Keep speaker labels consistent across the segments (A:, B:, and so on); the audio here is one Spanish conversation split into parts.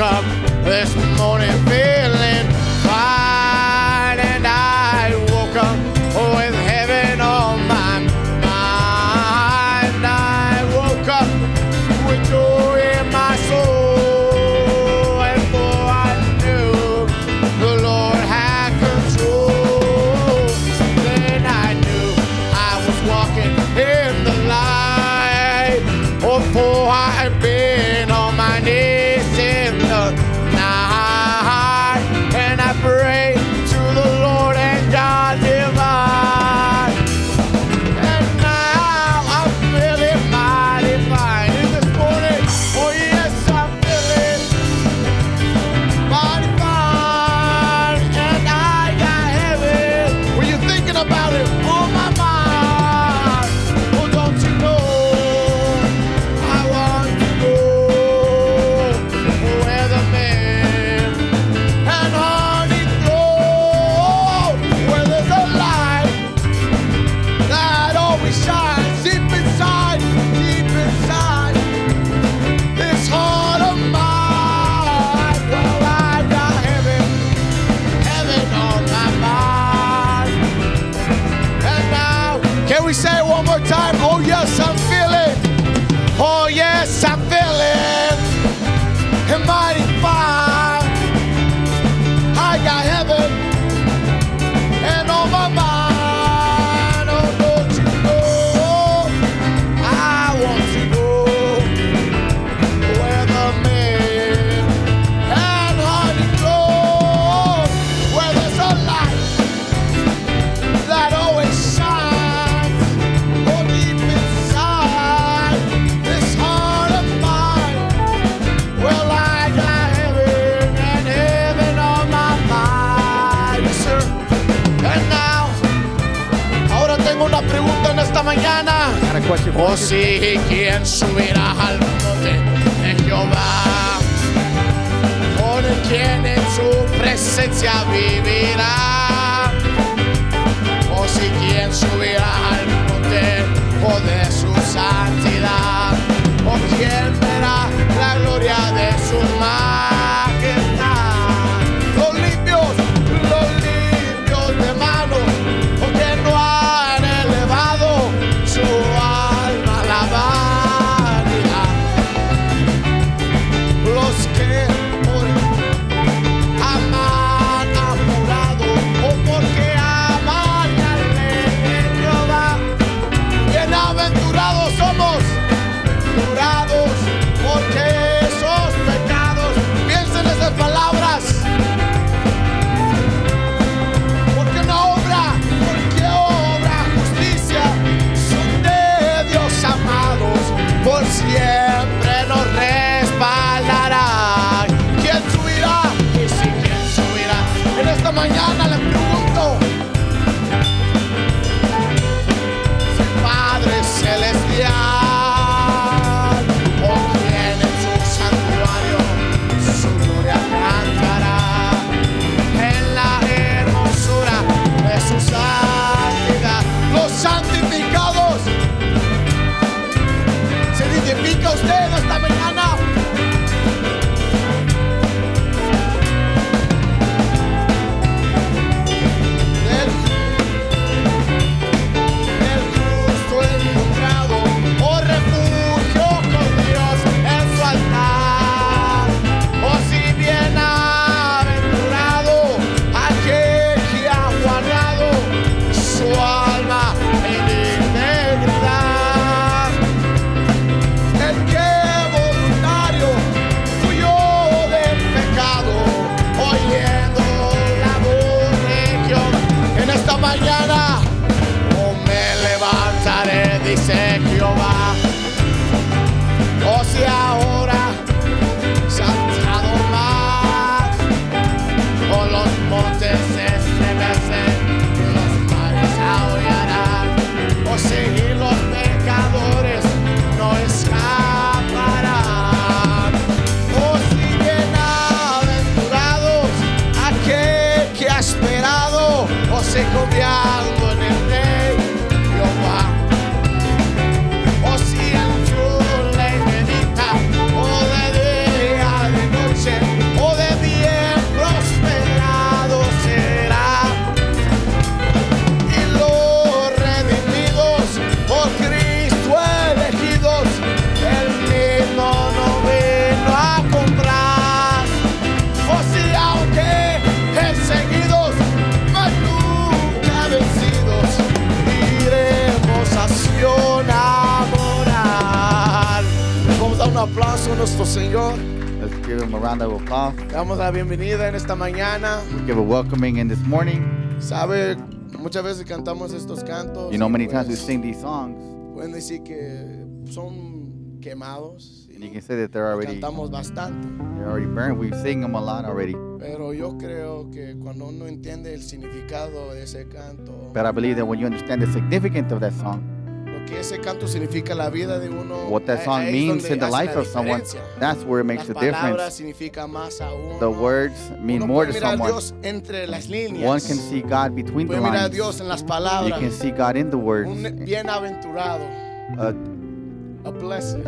A: up this morning feeling fine, and I woke up with heaven on my mind. I woke up with joy in my soul, and for I knew the Lord had control. Then I knew I was walking in the light, oh, for I had been on my knees in the night, and I prayed to the Lord and God divine. And now I'm feeling mighty fine in this morning. Oh yes, I'm feeling mighty fine. And I got heaven. Were you thinking about it on my mind? Well, don't you know I want to go where the man and honey flow, where there's a light that always shines deep inside, deep inside this heart of mine. Well, I got heaven, heaven on my mind. And now, can we say it one more time? Oh, yes, I'm feeling. Oh, yes, I'm feeling. And mighty fine. I got heaven and on my mind. Oh, don't you know I want to go where the men and honey flow, where there's a light that always shines. Oh, deep inside this heart of mine. Well, I got heaven and heaven on my mind, Yes, sir. And now, ahora tengo una pregunta en esta mañana.
B: Got a question for
A: Oh
B: you.
A: sí, ¿quién subirá al monte de Jehová? Con quien en su presencia vivirá. Oh sí, ¿quién subirá al monte o de su santidad? ¿O quién verá la gloria de su majestad? Los limpios, los limpios de mano porque no han elevado su alma a la vanidad. Los que por aman a jurado o porque aman la ley de Jehová, bienaventurados somos jurados porque esos pecados, piensen esas palabras. Porque una obra, porque obra justicia son de Dios amados, por siempre nos respaldará. ¿Quién subirá? Y si quién subirá, en esta mañana le pregunto. Si el Padre celestial, o quien en su santuario su gloria cantará en la hermosura de su santidad. Los santificados. ¿Se identifica usted en esta mañana? Del, del justo encontrado o refugio con Dios en su altar. O si bienaventurado aquel que ha guardado su alma en integridad. El que voluntario huyó del pecado, oyendo la voz de Jehová. En esta mañana oh, me levantaré, dice Jehová. O si ahora saltado más. O los montes se estremecen, los mares aullarán. O si los pecadores no escaparán. O si bienaventurados aquel que ha esperado, o se confiado en el rey Jehová. O hermoso Señor.
B: Let's give him a round of applause.
A: Te damos la bienvenida en esta mañana.
B: Let's give a welcoming in this morning.
A: Sabe, muchas veces cantamos estos cantos.
B: You know, many
A: y
B: times we
A: pues,
B: sing these songs,
A: Pueden decir que son quemados. y
B: and you can say that they're already
A: Cantamos bastante.
B: they're already burned. We sing them a lot already.
A: Pero yo creo que cuando uno entiende el significado de ese canto,
B: But I believe that when you understand the significance of that song,
A: lo que ese canto significa en la vida de uno,
B: what that
A: ahí-
B: song
A: ahí es
B: means
A: donde
B: in the
A: hace la
B: life of someone,
A: diferencia.
B: that's where it makes
A: Las
B: a
A: palabras
B: difference.
A: significa más a uno.
B: The words mean
A: Uno
B: more to
A: puede mirar a
B: someone.
A: Dios entre las líneas.
B: One can see God between the
A: puede mirar a
B: lines.
A: Dios
B: You
A: en las palabras.
B: can see God in the words.
A: un bienaventurado,
B: Uh,
A: a blessed,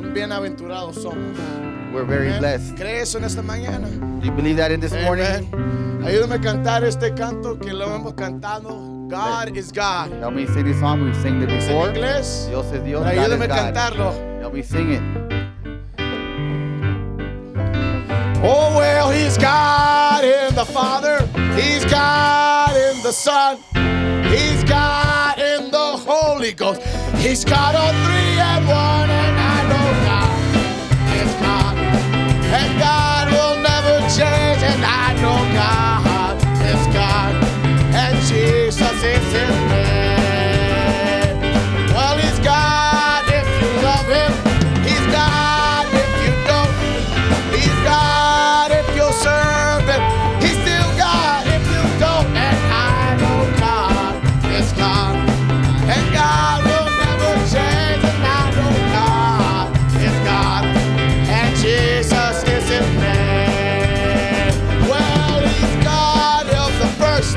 A: un bienaventurado somos.
B: we're very
A: Amén.
B: blessed.
A: ¿Cree eso en esta mañana?
B: Do you believe that in this morning?
A: Amén. Ayúdame a cantar este canto que lo hemos cantado. God is God.
B: Help me sing this song. We've sung it
A: Es en
B: before.
A: inglés.
B: Dios es Dios.
A: pero
B: God
A: ayúdame
B: is
A: a
B: God.
A: cantarlo.
B: Help me sing it.
A: Oh well, he's God in the Father, he's God in the Son, he's God in the Holy Ghost, he's God all three and one, and I know God is God, and God will never change, and I know God is God, and Jesus is His name. Well, he's God if you love Him, he's God if you don't. He's God if you serve Him. He's still God if you don't. And I know God is God. And God will never change. And I know God is God. And Jesus is His name. Well, He's God of the first.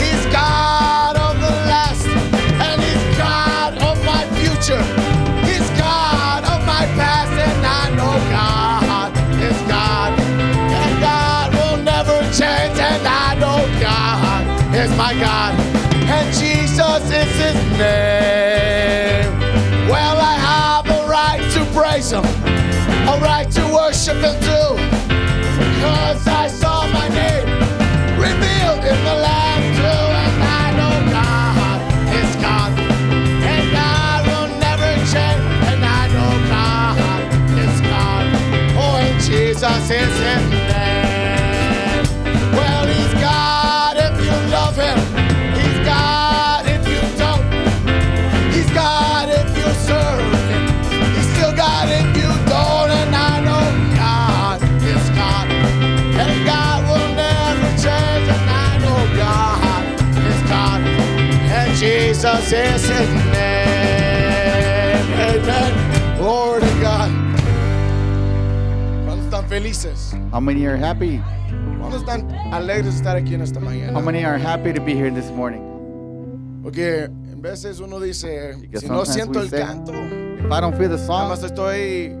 A: He's God of the last. And He's God of my future. He's God of my past. And I know God is God. And God will never change. And I know God is my God. And Jesus is His name. Well, I have a right to praise Him, a right to worship Him too. Cause I saw my name revealed in the Lamb too, and I know God is God, and God will never change, and I know God is God. Oh, and Jesus is His name. Well, He's God if you love Him. He's God if you don't. He's God if you serve Him. He's still God if you don't. And I know God is God. And God will never change. And I know God is God. And Jesus is His name. Amen. Glory to God. ¿Cuántos están felices?
B: How many are happy?
A: ¿Cuántos están alegres de estar aquí en esta
B: How
A: mañana?
B: many are happy to be here this morning?
A: Porque en veces uno dice,
B: Because
A: si no
B: sometimes
A: siento
B: we
A: el
B: say-
A: canto,
B: If I don't feel the
A: Nada
B: song,
A: más estoy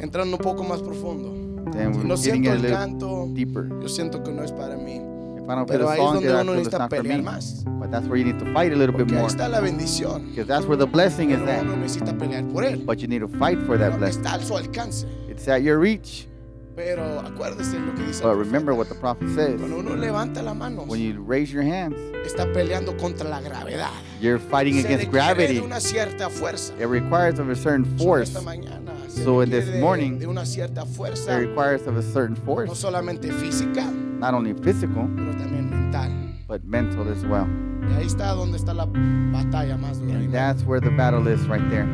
A: entrando un poco más profundo.
B: then
A: Si
B: we're
A: no
B: getting
A: siento
B: it a
A: el
B: little
A: canto,
B: deeper.
A: yo siento que no es para mí.
B: If I don't feel
A: Pero
B: the
A: ahí es
B: song,
A: donde
B: then I
A: uno
B: feel it's
A: necesita
B: not for
A: pelear
B: me.
A: más.
B: But that's where you need to fight a little bit
A: Porque ahí
B: more.
A: está la bendición.
B: Because that's where the blessing is
A: Pero uno
B: at.
A: necesita pelear por él.
B: But you need to fight for that
A: Porque
B: blessing.
A: está a su alcance.
B: It's at your reach.
A: Pero acuérdese lo que dice. el
B: But remember
A: profeta.
B: what the prophet says.
A: Cuando uno levanta la mano,
B: When you raise your hands,
A: está peleando contra la gravedad.
B: you're fighting
A: Se
B: against
A: requiere de
B: gravity.
A: una cierta fuerza.
B: It requires of a certain
A: So,
B: force.
A: Esta mañana se
B: So, in
A: requiere
B: this
A: de-
B: morning,
A: de una cierta
B: It
A: fuerza,
B: requires of a certain
A: no
B: force,
A: solamente física,
B: not only physical,
A: pero también mental.
B: but mental as well.
A: Y ahí está donde está la batalla más dura.
B: And that's where the battle is right there.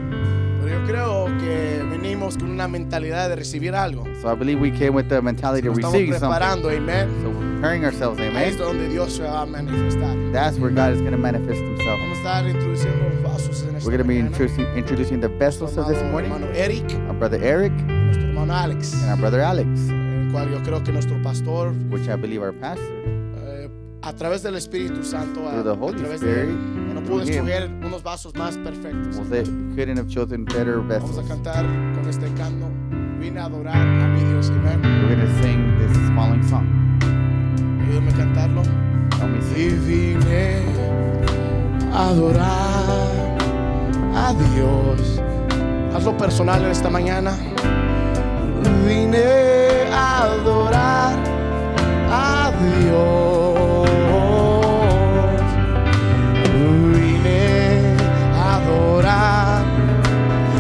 A: Pero yo creo que venimos con una mentalidad de recibir algo.
B: So I believe we came with the mentality
A: Nos
B: of
A: estamos
B: receiving something.
A: preparando, amén.
B: So we're preparing ourselves,
A: Ahí es
B: amen.
A: donde Dios se va a manifestar.
B: That's where God is going to manifest Himself.
A: Vamos a estar introduciendo los vasos en esta
B: We're going to be
A: mañana.
B: introducing, introducing the vessels
A: Nuestro
B: of this
A: amado
B: morning.
A: hermano Eric,
B: Our brother Eric
A: nuestro hermano Alex, eh,
B: and our brother Alex,
A: el cual yo creo que nuestro pastor,
B: which I believe are pastor,
A: eh, a través del Espíritu Santo, a,
B: through the
A: a
B: Holy
A: través de
B: Spirit,
A: él, no
B: and
A: pudo
B: through him,
A: escoger unos vasos más perfectos.
B: was that couldn't have chosen better
A: Vamos a
B: vessels.
A: cantar con este canto. Vine a adorar a mi Dios, amén.
B: We're going to sing this following song.
A: Ayúdame a cantarlo.
B: Help me
A: Y
B: sing.
A: vine a adorar a Dios. Hazlo personal en esta mañana. Vine a adorar a Dios. Vine a adorar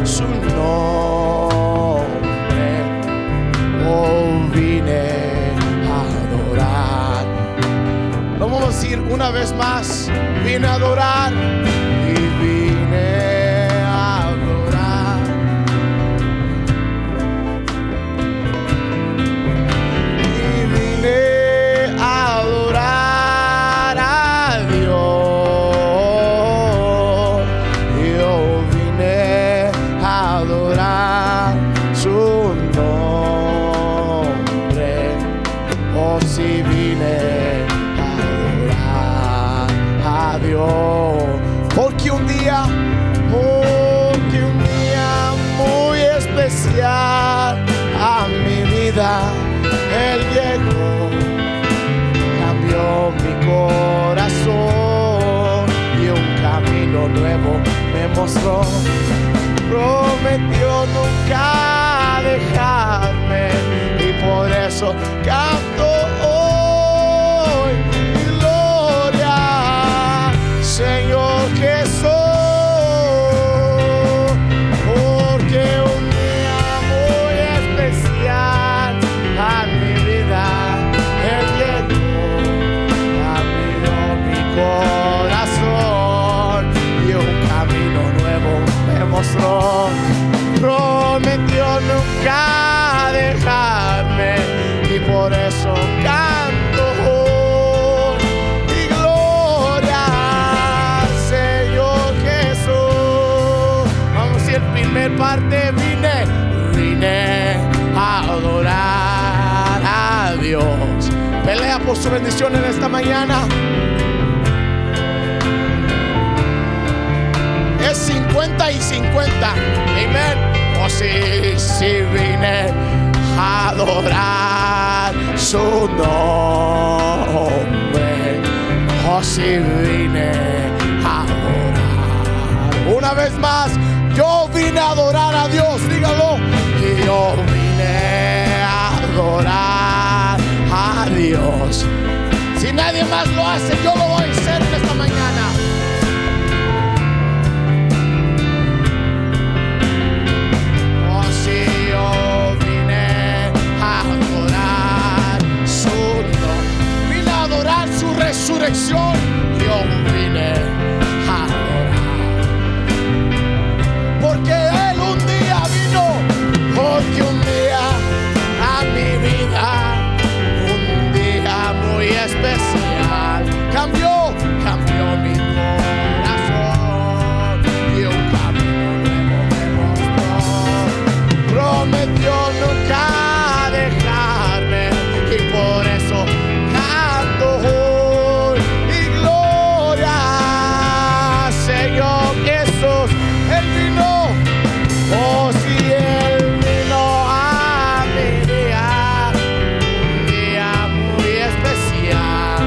A: su nombre. Oh, una vez más vine a adorar y vine a adorar. Y vine a adorar a Dios. Yo vine a adorar su nombre. Oh, si vine a adorar a Dios. Porque un día, porque un día muy especial a mi vida, Él llegó, cambió mi corazón y un camino nuevo me mostró prometió nunca dejarme y por eso canto hoy gloria Señor Jesús porque un día muy especial a mi vida Él llegó abrió mi corazón y un camino nuevo me mostró. Prometió nunca dejarme y por eso canto hoy. Y gloria al Señor Jesús. Vamos y el primer parte vine, vine a adorar a Dios. Pelea por su bendición en esta mañana. es 50 y 50. Amén. Oh, sí, sí, vine a adorar su nombre. Oh, sí, vine a adorar. Una vez más, yo vine a adorar a Dios, dígalo. Y yo vine a adorar a Dios. Si nadie más lo hace, yo lo voy a hacer en esta mañana. Oh, si yo vine a adorar su nombre, vine a adorar su resurrección, yo vine a adorar. Porque Él un día vino, porque un día a mi vida, un día muy especial, cambió, cambió mi corazón y un camino nuevo me mostró prometió nunca dejarme y por eso canto hoy y gloria Señor Jesús Él vino oh si Él vino a mi día un día muy especial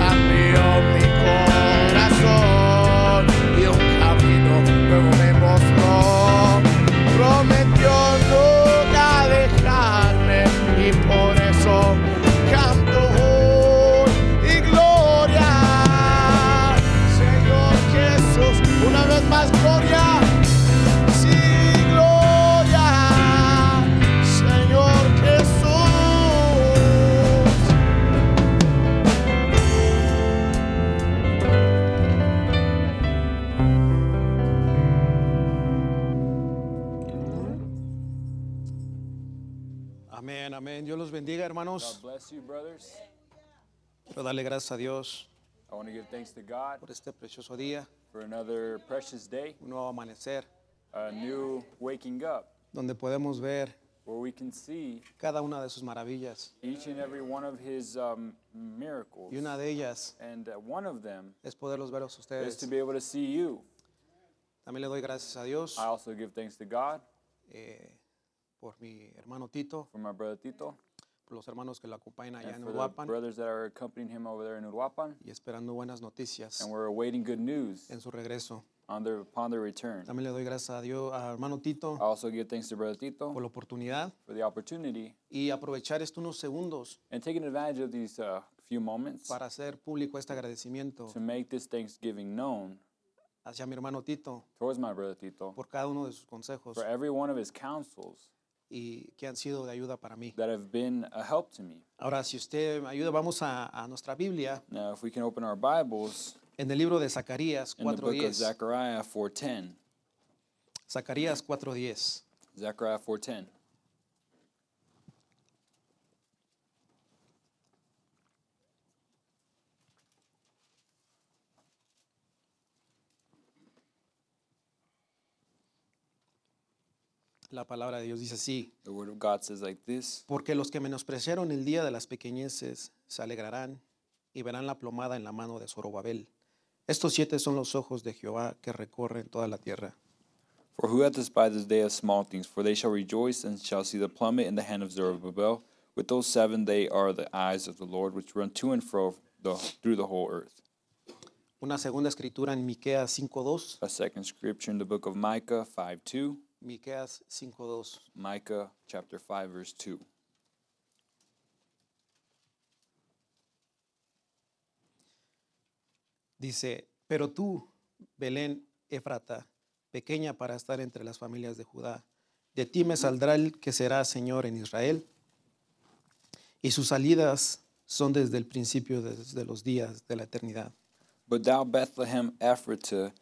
A: cambió mi corazón y un camino nuevo me mostró. Prometió nunca dejarme y por eso canto hoy y gloria. Señor Jesús, una vez más gloria. Sí, gloria, Señor Jesús.
C: Amén, amén. Dios los bendiga, hermanos.
D: Bless you, brothers.
C: Quiero darle gracias a Dios
D: I want to give thanks to God
C: por este precioso día,
D: for another precious day,
C: un nuevo amanecer,
D: a new waking up
C: donde podemos ver
D: where we can see
C: cada una de sus maravillas.
D: each and every one of his um, miracles.
C: Y una de ellas
D: And uh, one of them
C: es poderlos ver a
D: is to
C: ustedes.
D: be able to see you.
C: También le doy gracias a Dios
D: I also give thanks to God
C: eh, por mi hermano Tito,
D: for my brother Tito
C: por los hermanos que lo acompañan allá
D: and
C: en
D: for the
C: Uruapan
D: brothers that are accompanying him over there in Uruapan.
C: y esperando buenas noticias
D: And we're awaiting good news
C: en su regreso.
D: on their, upon their return.
C: También le doy gracias a Dios, a hermano Tito,
D: I also give thanks to brother Tito
C: por la oportunidad
D: for the opportunity
C: y aprovechar estos unos segundos
D: and taking advantage of these uh, few moments
C: para hacer público este agradecimiento
D: to make this Thanksgiving known
C: hacia mi hermano Tito
D: towards my brother Tito
C: por cada uno de sus consejos.
D: for every one of his counsels.
C: y que han sido de ayuda para mí.
D: that have been a help to me.
C: Ahora, si usted me ayuda, vamos a, a nuestra Biblia
D: Now, if we can open our Bibles
C: en el libro de Zacarías
D: in the book of
C: 4.10.
D: Zechariah 4:10,
C: Zacarías 4.10.
D: Zechariah 4:10.
C: La palabra de Dios dice así.
D: The word of God says like this:
C: Porque los que menospreciaron el día de las pequeñeces se alegrarán y verán la plomada en la mano de Zorobabel. Estos siete son los ojos de Jehová que recorren toda la tierra.
D: For who hath despised this day of small things? For they shall rejoice and shall see the plummet in the hand of Zerubbabel. With those seven, they are the eyes of the Lord, which run to and fro the, through the whole earth.
C: Una segunda escritura en Miqueas 5.2.
D: A second scripture in the book of Micah 5 2,
C: Miqueas 5.2.
D: Micah chapter 5, verse 2.
C: Dice, pero tú, Belén Efrata, pequeña para estar entre las familias de Judá, de ti me saldrá el que será Señor en Israel. Y sus salidas son desde el principio, desde los días de la eternidad.
D: But thou Bethlehem Ephratah,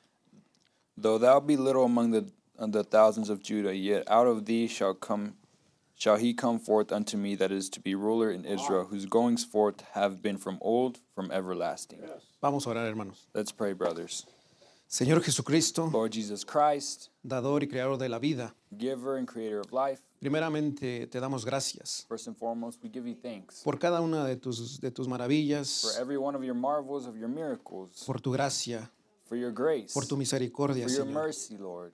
D: though thou be little among the, uh, the thousands of Judah, yet out of thee shall come shall he come forth unto me that is to be ruler in Israel, whose goings forth have been from old, from everlasting.
C: Vamos a orar, hermanos.
D: Let's pray, brothers.
C: Señor Jesucristo,
D: Lord Jesus Christ,
C: dador y creador de la vida,
D: giver and creator of life,
C: primeramente te damos gracias
D: first and foremost, we give you thanks
C: por cada una de tus, de tus
D: for
C: maravillas,
D: every one of your marvels, of your miracles,
C: por tu gracia,
D: for your grace,
C: por tu
D: for
C: misericordia,
D: your
C: Señor.
D: mercy, Lord.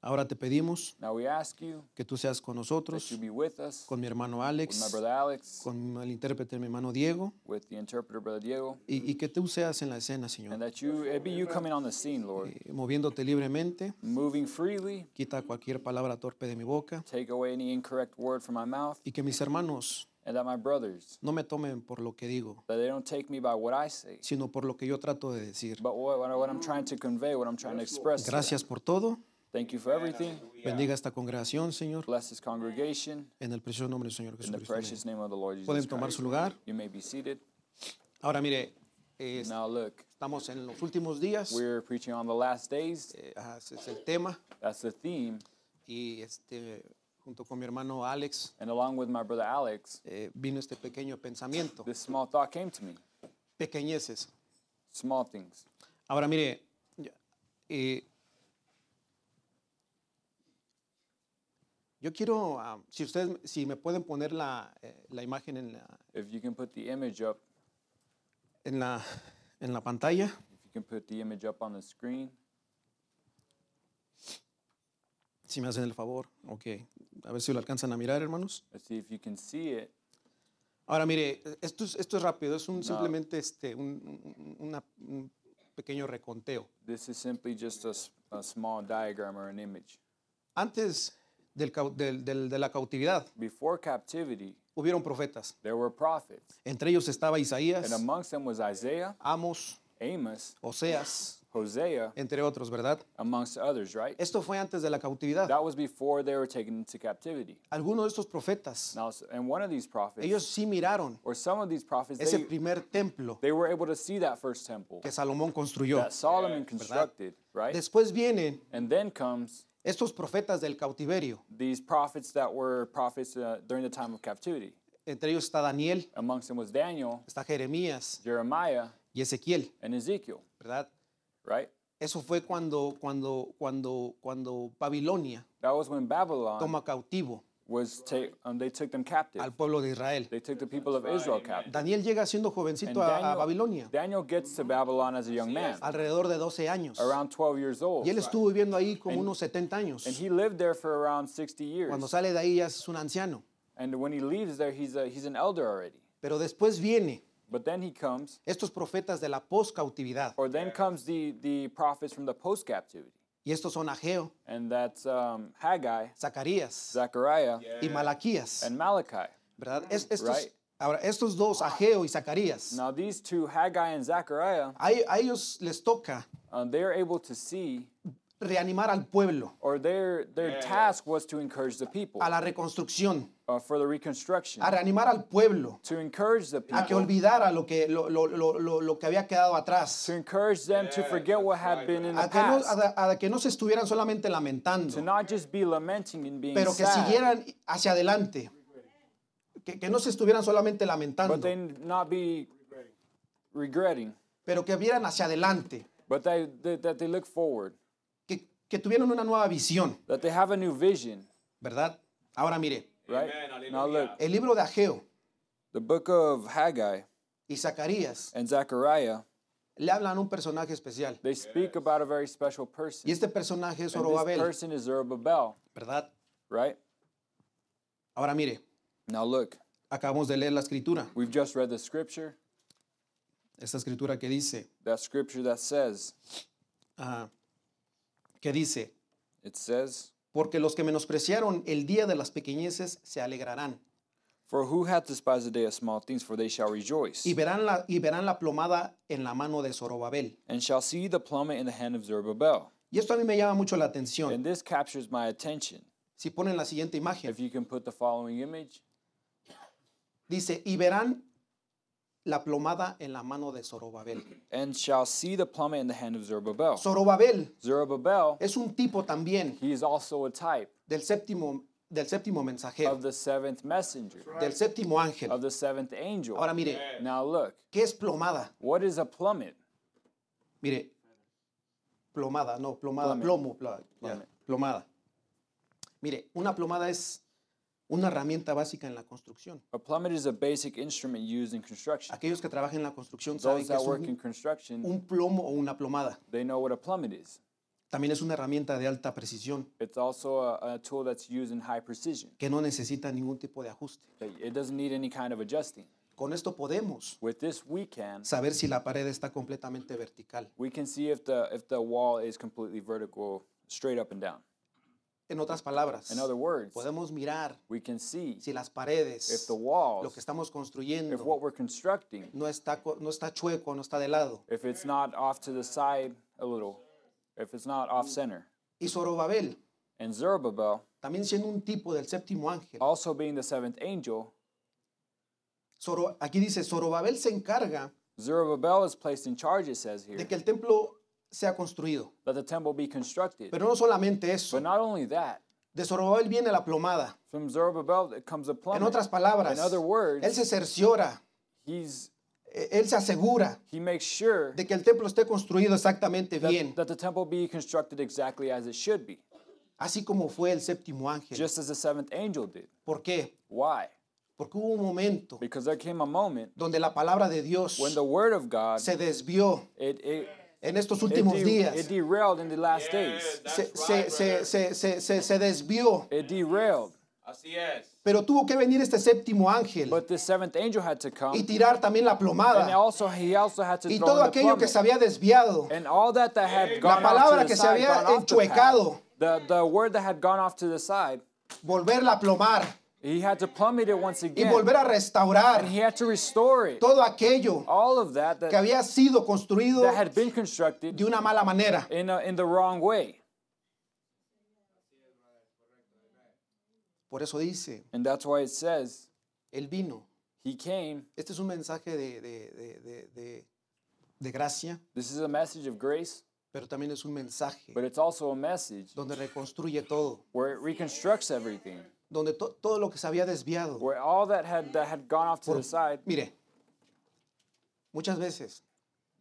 C: Ahora te pedimos
D: Now we ask you
C: que tú seas con
D: that
C: nosotros,
D: you be with us,
C: con mi hermano
D: with my
C: Alex,
D: brother Alex,
C: con el intérprete, mi hermano Diego,
D: with the interpreter, brother Diego.
C: y, y que tú seas en la escena,
D: And
C: Señor,
D: that you, it be you coming on the scene, Lord,
C: eh, moviéndote libremente,
D: moving freely,
C: quita cualquier palabra torpe de mi boca,
D: take away any incorrect word from my mouth,
C: y que mis hermanos
D: and that my brothers,
C: no me tomen por lo que digo,
D: that they don't take me by what I say,
C: sino por lo que yo trato de decir.
D: but what, what I- what I'm trying to convey, what I'm trying to express. to them.
C: Gracias por todo.
D: Thank you for everything.
C: Bendiga esta congregación, Señor,
D: Bless this congregation
C: en el precioso nombre del Señor
D: in the
C: Jesucristo. amén.
D: precious name of the Lord Jesus
C: Pueden tomar
D: Christ.
C: su lugar.
D: You may be seated.
C: Ahora mire, eh,
D: Now look,
C: estamos en los últimos días,
D: we're preaching on the last days.
C: eh, ajá, ese es el tema,
D: That's the theme.
C: y este, junto con mi hermano Alex
D: And along with my brother Alex,
C: eh, vino este pequeño pensamiento,
D: this small thought came to me.
C: pequeñeces.
D: Small things.
C: Ahora mire, ya- eh, yo quiero, ah, si ustedes, si me pueden poner la, eh, la imagen en la,
D: If you can put the image up,
C: en la, en la pantalla.
D: if you can put the image up on the screen.
C: Si me hacen el favor, ok. A ver si lo alcanzan a mirar, hermanos.
D: Let's see if you can see it.
C: Ahora, mire, eh, esto es, esto es rápido, es un, simplemente este, un, un- una- un pequeño reconteo.
D: This is simply just a, s- a small diagram or an image.
C: Antes del cau- del- del- de la cautividad,
D: Before captivity,
C: hubieron profetas.
D: there were prophets,
C: Entre ellos estaba Isaías,
D: and amongst them was Isaiah,
C: Amos,
D: Amos,
C: Oseas,
D: Hosea,
C: entre otros, ¿verdad?
D: amongst others, right?
C: Esto fue antes de la cautividad.
D: That was before they were taken into captivity.
C: Algunos de estos profetas,
D: Now, s- and one of these prophets,
C: ellos sí miraron
D: or some of these prophets,
C: ese
D: they,
C: primer templo
D: they were able to see that first temple
C: que Salomón construyó.
D: that Solomon constructed, right?
C: Después vienen
D: And then comes
C: estos profetas del cautiverio.
D: these prophets that were prophets uh, during the time of captivity.
C: Entre ellos está Daniel,
D: Amongst them was Daniel,
C: está Jeremías
D: Jeremiah,
C: y Ezequiel,
D: and Ezekiel,
C: ¿verdad?
D: right?
C: Eso fue cuando, cuando, cuando, cuando Babilonia
D: That was when Babylon
C: toma cautivo
D: was take um, they took them captive.
C: al pueblo de Israel.
D: They took the people of Israel captive.
C: Daniel llega siendo jovencito a, a Babilonia,
D: Daniel gets to Babylon as a young man,
C: alrededor de 12 años.
D: around 12 years old.
C: Y él estuvo viviendo ahí como
D: And-
C: unos 70 años.
D: And he lived there for around 60 years.
C: Cuando sale de ahí ya es un anciano.
D: And when he leaves there, he's a, he's an elder already.
C: Pero después viene
D: But then he comes,
C: estos profetas de la poscautividad.
D: or then comes the the prophets from the post captivity,
C: Y estos son Ageo,
D: and that's um, Haggai,
C: Zacarías
D: Zechariah,
C: y Malaquías.
D: and Malachi.
C: ¿Verdad? Es- estos,
D: Right.
C: ahora, estos dos, Ageo y Zacarías,
D: Now these two, Haggai and Zechariah, uh,
C: a, a ellos les toca
D: um, they're able to see
C: reanimar al pueblo
D: or their their task was to encourage the people
C: a la reconstrucción,
D: uh, for the reconstruction,
C: a reanimar al pueblo
D: to encourage the
C: a que
D: people,
C: olvidara lo que, lo, lo- lo- lo- lo que había quedado atrás,
D: to encourage them to forget what had been in the
C: a que, no,
D: past,
C: a- a que no se estuvieran solamente
D: to
C: lamentando,
D: not just be lamenting and being
C: pero que
D: sad,
C: siguieran hacia adelante, que, que no se estuvieran solamente
D: but
C: lamentando,
D: they not be regretting,
C: pero que vieran hacia adelante,
D: but they, they that they look forward,
C: que, que tuvieran una nueva visión,
D: that they have a new vision,
C: ¿verdad? Ahora mire,
D: right? now look,
C: el libro de Ageo
D: the book of Haggai
C: y Zacarías
D: and Zechariah,
C: le hablan a un personaje especial.
D: they speak about a very special person.
C: Y este personaje es
D: And this
C: Zorobabel,
D: person is Zerubbabel,
C: ¿verdad?
D: right?
C: Ahora mire,
D: Now look,
C: acabamos de leer la escritura,
D: we've just read the scripture,
C: esta escritura que dice,
D: that scripture that says,
C: ah, que dice,
D: it says,
C: porque los que menospreciaron el día de las pequeñeces se alegrarán
D: For who hath despised the day of small things, for they shall rejoice,
C: y verán la, y verán la plomada en la mano de Zorobabel.
D: and shall see the plummet in the hand of Zerubbabel.
C: Y esto a mí me llama mucho la
D: And
C: atención.
D: this captures my attention.
C: Si ponen la siguiente imagen,
D: If you can put the following image,
C: dice, y verán la plomada en la mano de Zorobabel.
D: and shall see the plummet in the hand of Zerubbabel.
C: Zorobabel
D: Zerubbabel,
C: es un tipo también
D: he is also a type
C: del séptimo, del séptimo
D: of
C: mensajero,
D: the seventh messenger,
C: del séptimo ángel.
D: of the seventh angel.
C: Ahora mire,
D: Now look,
C: ¿qué es plomada?
D: what is a plummet?
C: Mire, plomada, no, plomada, plomo, pla- ya, plomada. Mire, una plomada es una herramienta básica en la construcción.
D: A plummet is a basic instrument used in construction.
C: Aquellos que trabajan en la construcción saben
D: Those
C: que es
D: that work in
C: un,
D: construction,
C: un plomo o una plomada.
D: they know what a plummet is.
C: También es una herramienta de alta precisión
D: It's also a, a tool that's used in high precision.
C: que no necesita ningún tipo de ajuste.
D: that It doesn't need any kind of adjusting.
C: Con esto podemos
D: With this, we can
C: saber si la pared está completamente vertical.
D: we can see if the if the wall is completely vertical, straight up and down.
C: En otras palabras,
D: In other words,
C: podemos mirar
D: we can see
C: si las
D: if
C: paredes,
D: the
C: lo que
D: walls,
C: estamos
D: if what
C: construyendo,
D: we're constructing,
C: no está, co- no está chueco, no está de lado.
D: if it's not off to the side a little, if it's not off center.
C: Y Zorobabel,
D: And Zerubbabel,
C: también siendo un tipo del séptimo ángel.
D: also being the seventh angel,
C: Zoro- aquí dice, Zorobabel se encarga
D: Zerubbabel is placed in charge. It says here
C: de que el templo sea construido.
D: that the temple be constructed.
C: Pero no solamente
D: But
C: eso,
D: not only that,
C: de Zorobabel viene la plomada.
D: from Zerubbabel it comes a
C: En
D: plummet.
C: otras palabras,
D: In other words,
C: él se cerciora,
D: He's
C: eh, él se asegura
D: he makes sure
C: de que el templo esté construido exactamente bien,
D: that, that the temple be constructed exactly as it should be,
C: así como fue el séptimo ángel.
D: just as the seventh angel did.
C: ¿Por qué?
D: Why?
C: Porque hubo un momento
D: Because there came a moment
C: donde la palabra de Dios
D: when the word of God
C: se desvió
D: it it,
C: en estos
D: it,
C: últimos
D: de-
C: días,
D: it derailed in the last days.
C: se- se- se- se- se- se- se desvió.
D: It derailed.
A: Así es.
C: Pero tuvo que venir este séptimo ángel
D: But the seventh angel had to
C: y
D: come,
C: tirar también la
D: and
C: plomada
D: also he also had to
C: y
D: throw
C: todo
D: in the
C: aquello que
D: plummet.
C: se había desviado.
D: and all that that had gone
C: palabra
D: off to
C: que
D: the
C: se
D: side,
C: había
D: gone off the,
C: enchuecado.
D: path, the the word that had gone off to the side,
C: Volverla a plomar
D: he had to plummet it once
C: y
D: again,
C: volver a restaurar
D: and he had to restore it.
C: todo aquello
D: All of that
C: que
D: that,
C: había sido construido
D: that had been constructed
C: de una mala manera.
D: in a, in the wrong way.
C: Por eso dice,
D: And that's why it says
C: el vino.
D: he came.
C: Este es un mensaje de, de- de- de- de- de gracia,
D: This is a message of grace,
C: pero también es un mensaje
D: but it's also a message
C: donde reconstruye todo,
D: where it reconstructs everything,
C: donde to- todo lo que se había desviado.
D: where all that had that had gone off to the side.
C: Mire, muchas veces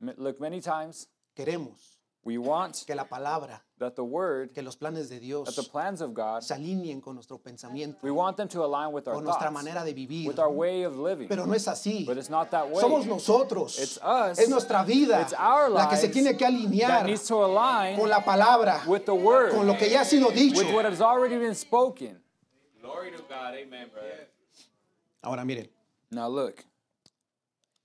D: m- Look, many times
C: queremos
D: we want
C: que la palabra,
D: that the word,
C: que los planes de
D: that the
C: Dios
D: plans of God,
C: se alineen con nuestro pensamiento,
D: we want them to align with our
C: con nuestra
D: thoughts,
C: manera de vivir.
D: with our way of living.
C: Pero no es así.
D: But it's not that way.
C: Somos nosotros.
D: It's us.
C: Es nuestra vida
D: It's our
C: la que se
D: lives
C: tiene que
D: That
C: alinear
D: needs to align
C: con la palabra,
D: with the word,
C: con lo que ya ha sido dicho.
D: with what has already been spoken.
A: Glory to God. Amen, brother.
C: Ahora miren,
D: Now look,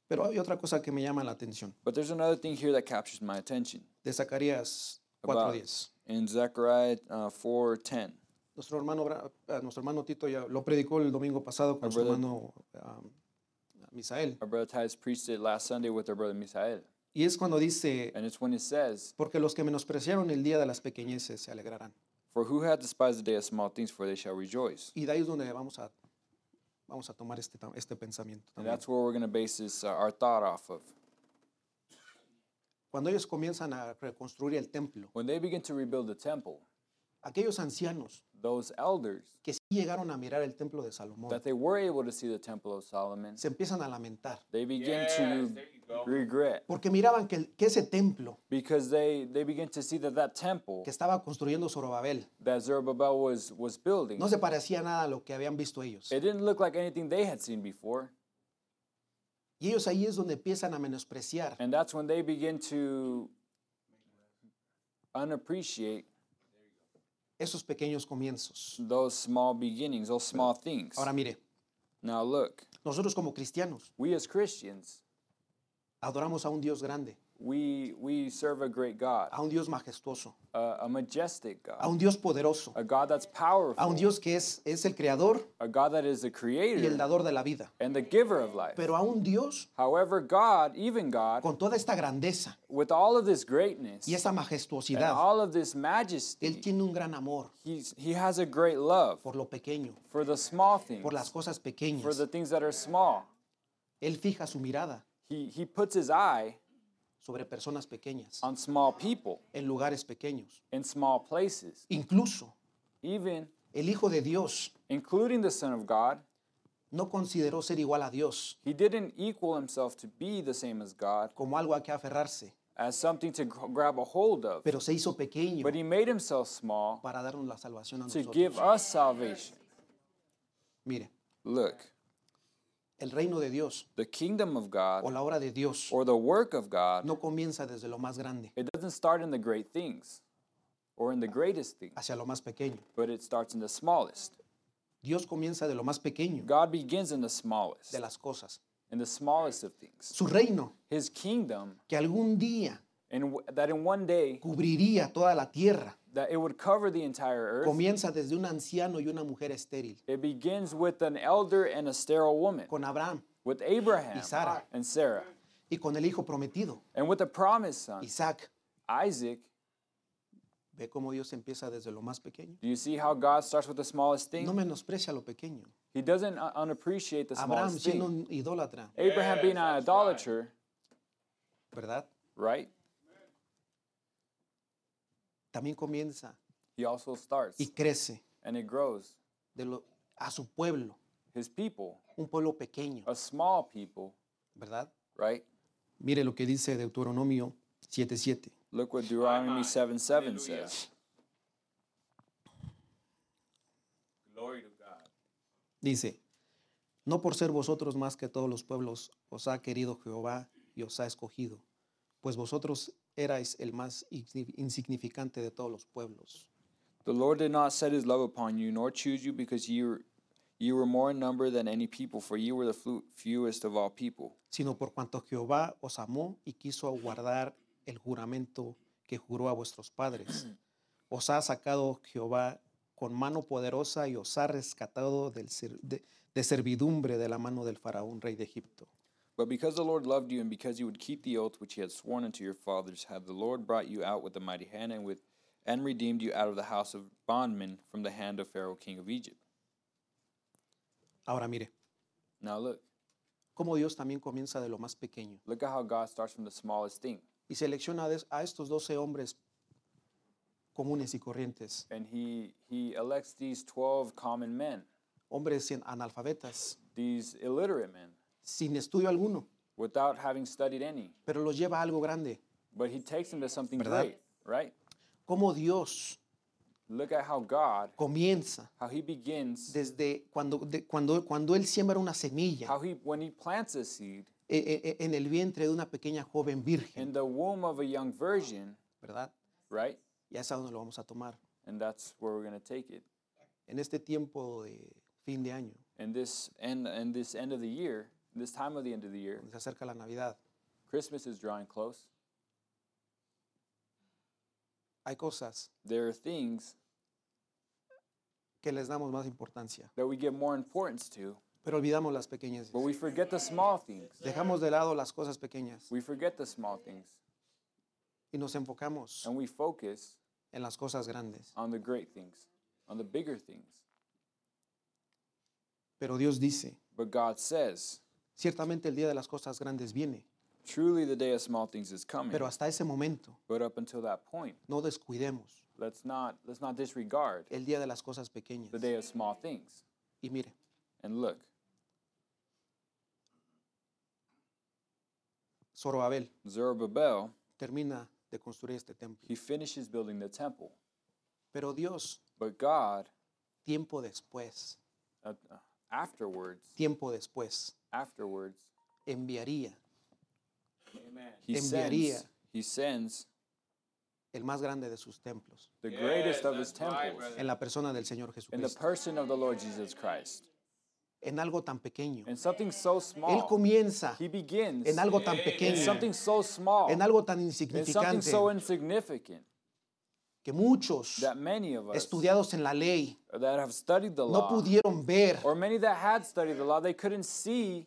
C: pero hay otra cosa que me llama la atención
D: but there's another thing here that captures my attention.
C: de Zacarías
D: about
C: 4:10.
D: in Zechariah uh, 4.10.
C: Nuestro hermano, Bra- eh, nuestro hermano Tito ya lo predicó el domingo pasado con su
D: brother-
C: hermano um, Misael.
D: Our brother Titus preached it last Sunday with our brother Misael.
C: Y es cuando dice,
D: And it's when it says,
C: porque los que menospreciaron el día de las pequeñeces se alegrarán.
D: For who hath despised the day of small things, for they shall rejoice.
C: Y de ahí es donde vamos a, vamos a tomar este, tam- este pensamiento.
D: And
C: también.
D: that's where we're going to base this, uh, our thought off of.
C: Cuando ellos comienzan a reconstruir el templo,
D: When they begin to rebuild the temple,
C: aquellos ancianos
D: those elders
C: que sí llegaron a mirar el templo de Salomón
D: that they were able to see the temple of Solomon,
C: se empiezan a lamentar
D: they begin to regret
C: porque miraban que, el- que ese templo
D: because they, they begin to see that that temple
C: que estaba construyendo Zorobabel
D: that Zerubbabel was, was building,
C: no se parecía nada a lo que habían visto ellos.
D: it didn't look like anything they had seen before.
C: Y ellos ahí es donde empiezan a menospreciar
D: And that's when they begin to unappreciate
C: esos pequeños comienzos.
D: those small beginnings, those small things.
C: Ahora mire,
D: Now, look,
C: nosotros como cristianos
D: we as Christians,
C: adoramos a un Dios grande,
D: we, we serve a great God,
C: a un Dios majestuoso,
D: a, a majestic God,
C: a un Dios poderoso,
D: a God that's
C: a un
D: powerful,
C: Dios que es, es el creador
D: a God that is the
C: y el
D: creator
C: dador de la vida.
D: and the giver of life.
C: Pero a un Dios
D: However, God, even God,
C: con toda esta grandeza
D: with all of this greatness
C: y
D: and
C: esa majestuosidad,
D: all of this
C: Él
D: majesty,
C: tiene un gran amor
D: he's, he has a great love
C: por lo pequeño,
D: for the small things,
C: por las cosas
D: for
C: pequeñas.
D: the things that are small.
C: Él fija su mirada
D: He, he puts his eye
C: sobre personas pequeñas,
D: on small people
C: en lugares pequeños.
D: in small places,
C: Incluso
D: even
C: el Hijo de Dios
D: including the Son of God.
C: no consideró ser igual a Dios
D: He didn't equal himself to be the same as God,
C: como algo a que aferrarse,
D: as something to gr- grab a hold of,
C: pero se hizo pequeño
D: but he made himself small
C: para darnos la salvación a
D: to
C: nosotros.
D: give us salvation.
C: Mire,
D: Look,
C: el reino de Dios
D: the kingdom of
C: o
D: God
C: la obra de Dios
D: or the work of God,
C: no comienza desde lo más grande
D: it doesn't start in the great things or in the greatest things,
C: hacia lo más pequeño.
D: but it starts in the smallest.
C: Dios comienza de lo más pequeño
D: God begins in the smallest,
C: de las cosas.
D: in the smallest of things.
C: Su reino
D: His kingdom,
C: que algún día
D: and w- that in one day
C: cubriría toda la tierra
D: that it would cover the entire earth.
C: comienza desde un anciano y una mujer estéril,
D: It begins with an elder and a sterile woman,
C: con Abraham
D: with Abraham
C: Y Sara.
D: and Sarah,
C: y con el hijo prometido,
D: and with the promised son,
C: Isaac.
D: Isaac.
C: Ve cómo Dios empieza desde lo más pequeño.
D: Do you see how God starts with the smallest thing?
C: No menosprecia lo pequeño.
D: He doesn't uh, unappreciate the
C: Abraham
D: smallest
C: siendo
D: thing.
C: un idólatra,
D: Abraham being an idolater,
C: ¿verdad?
D: right?
C: También comienza
D: He also starts
C: y crece
D: and it grows.
C: de lo- a su pueblo,
D: His people,
C: un pueblo pequeño,
D: a small people,
C: ¿verdad?
D: right?
C: Mire lo que dice Deuteronomio 7:7.
D: Look what Deuteronomy 7 7 says.
C: Dice, no por ser vosotros más que todos los pueblos os ha querido Jehová y os ha escogido, pues vosotros erais el más insi- insignificante de todos los pueblos.
D: The Lord did not set his love upon you, nor choose you, because you were, you were more in number than any people, for you were the flu- fewest of all people.
C: sino por cuanto Jehová os amó y quiso guardar el juramento que juró a vuestros padres. Os ha sacado Jehová con mano poderosa y os ha rescatado del ser- de, de servidumbre de la mano del faraón, rey de Egipto.
D: But because the Lord loved you, and because you would keep the oath which he had sworn unto your fathers, hath the Lord brought you out with a mighty hand, and with and redeemed you out of the house of bondmen from the hand of Pharaoh king of Egypt.
C: Ahora mire,
D: Now look,
C: cómo Dios también comienza de lo más pequeño
D: look at how God starts from the smallest thing,
C: y selecciona a des- a estos doce hombres comunes y corrientes,
D: and he he elects these twelve common men,
C: hombres sin- analfabetas,
D: these illiterate men,
C: sin estudio alguno,
D: without having studied any,
C: pero los lleva a algo grande.
D: but he takes them to something
C: ¿Verdad?
D: great, right?
C: Cómo Dios
D: Look at how God,
C: comienza
D: how he begins,
C: desde cuando, de- cuando, cuando él siembra una semilla
D: how he when he plants a seed
C: e- e- e- en el vientre de una pequeña joven virgen,
D: in the womb of a young virgin,
C: ¿verdad?
D: right?
C: Ya es a donde lo vamos a tomar
D: And that's where we're gonna take it.
C: en este tiempo de fin de año,
D: And this end and this end of the year, this time of the end of the year,
C: donde se acerca la Navidad.
D: Christmas is drawing close.
C: Hay cosas
D: There are things
C: que les damos más importancia
D: that we give more importance to
C: pero olvidamos las pequeñas.
D: But we forget the small things.
C: Dejamos de lado las cosas pequeñas
D: We forget the small things.
C: y nos enfocamos
D: And we focus
C: en las cosas grandes.
D: on the great things, on the bigger things.
C: Pero Dios dice,
D: But God says,
C: ciertamente el día de las cosas grandes viene,
D: truly the day of small things is coming.
C: pero hasta ese momento
D: But up until that point,
C: no descuidemos
D: let's not let's not disregard
C: el día de las cosas pequeñas.
D: the day of small things.
C: Y mire,
D: And look,
C: Zorobabel
D: Zerubbabel,
C: termina de construir este templo,
D: he finishes building the temple.
C: pero Dios,
D: But God,
C: tiempo después,
D: uh, uh, afterwards,
C: tiempo después,
D: afterwards,
C: enviaría
D: he
C: Enviaría.
D: sends, he sends
C: el más grande de sus templos
D: the greatest of his temples
C: en la persona del Señor
D: in the
C: Jesucristo,
D: person of the Lord Jesus Christ.
C: en algo tan pequeño.
D: And something so
C: Él
D: small,
C: comienza
D: he begins
C: en algo tan
D: in
C: pequeño,
D: something so small,
C: en algo tan
D: in something so
C: insignificante,
D: insignificant
C: que muchos
D: that many of us
C: estudiados en la ley
D: that have studied the
C: no
D: law,
C: pudieron ver
D: or many that had studied the law, they couldn't see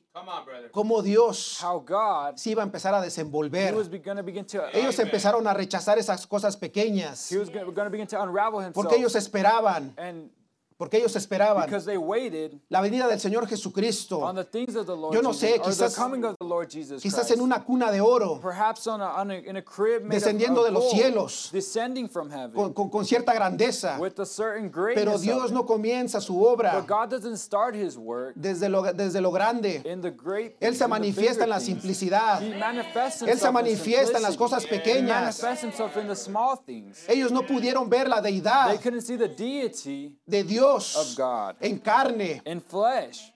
C: cómo Dios
D: how God
C: se iba a empezar a
D: he was
C: desenvolver.
D: going to begin to
C: Ellos empezaron a rechazar esas cosas pequeñas
D: he was going to begin to unravel himself,
C: porque ellos esperaban,
D: and
C: porque ellos esperaban
D: because they waited
C: la venida del Señor
D: on
C: Jesucristo,
D: the things of the Lord
C: Yo no
D: Jesus,
C: sé,
D: or
C: quizás-
D: the coming of the Lord Jesus
C: quizás
D: Christ.
C: en una cuna de oro,
D: Perhaps on a, on a, in a crib made of-
C: Descendiendo
D: of
C: de los
D: gold,
C: cielos.
D: descending from heaven
C: con, con- con cierta grandeza.
D: with a certain greatness.
C: Pero
D: of
C: Dios
D: it.
C: no comienza su obra
D: But God doesn't start His work
C: desde lo, desde lo grande.
D: in the great.
C: Él
D: things,
C: se
D: in the
C: manifiesta en
D: bigger
C: la
D: things.
C: simplicidad.
D: He manifests
C: Él se
D: himself in
C: manifiesta en las
D: simplicity.
C: cosas
D: He
C: pequeñas.
D: manifests himself in the small things.
C: Ellos no pudieron ver la
D: They
C: deidad
D: couldn't see the deity
C: de Dios
D: of God
C: en carne.
D: in flesh.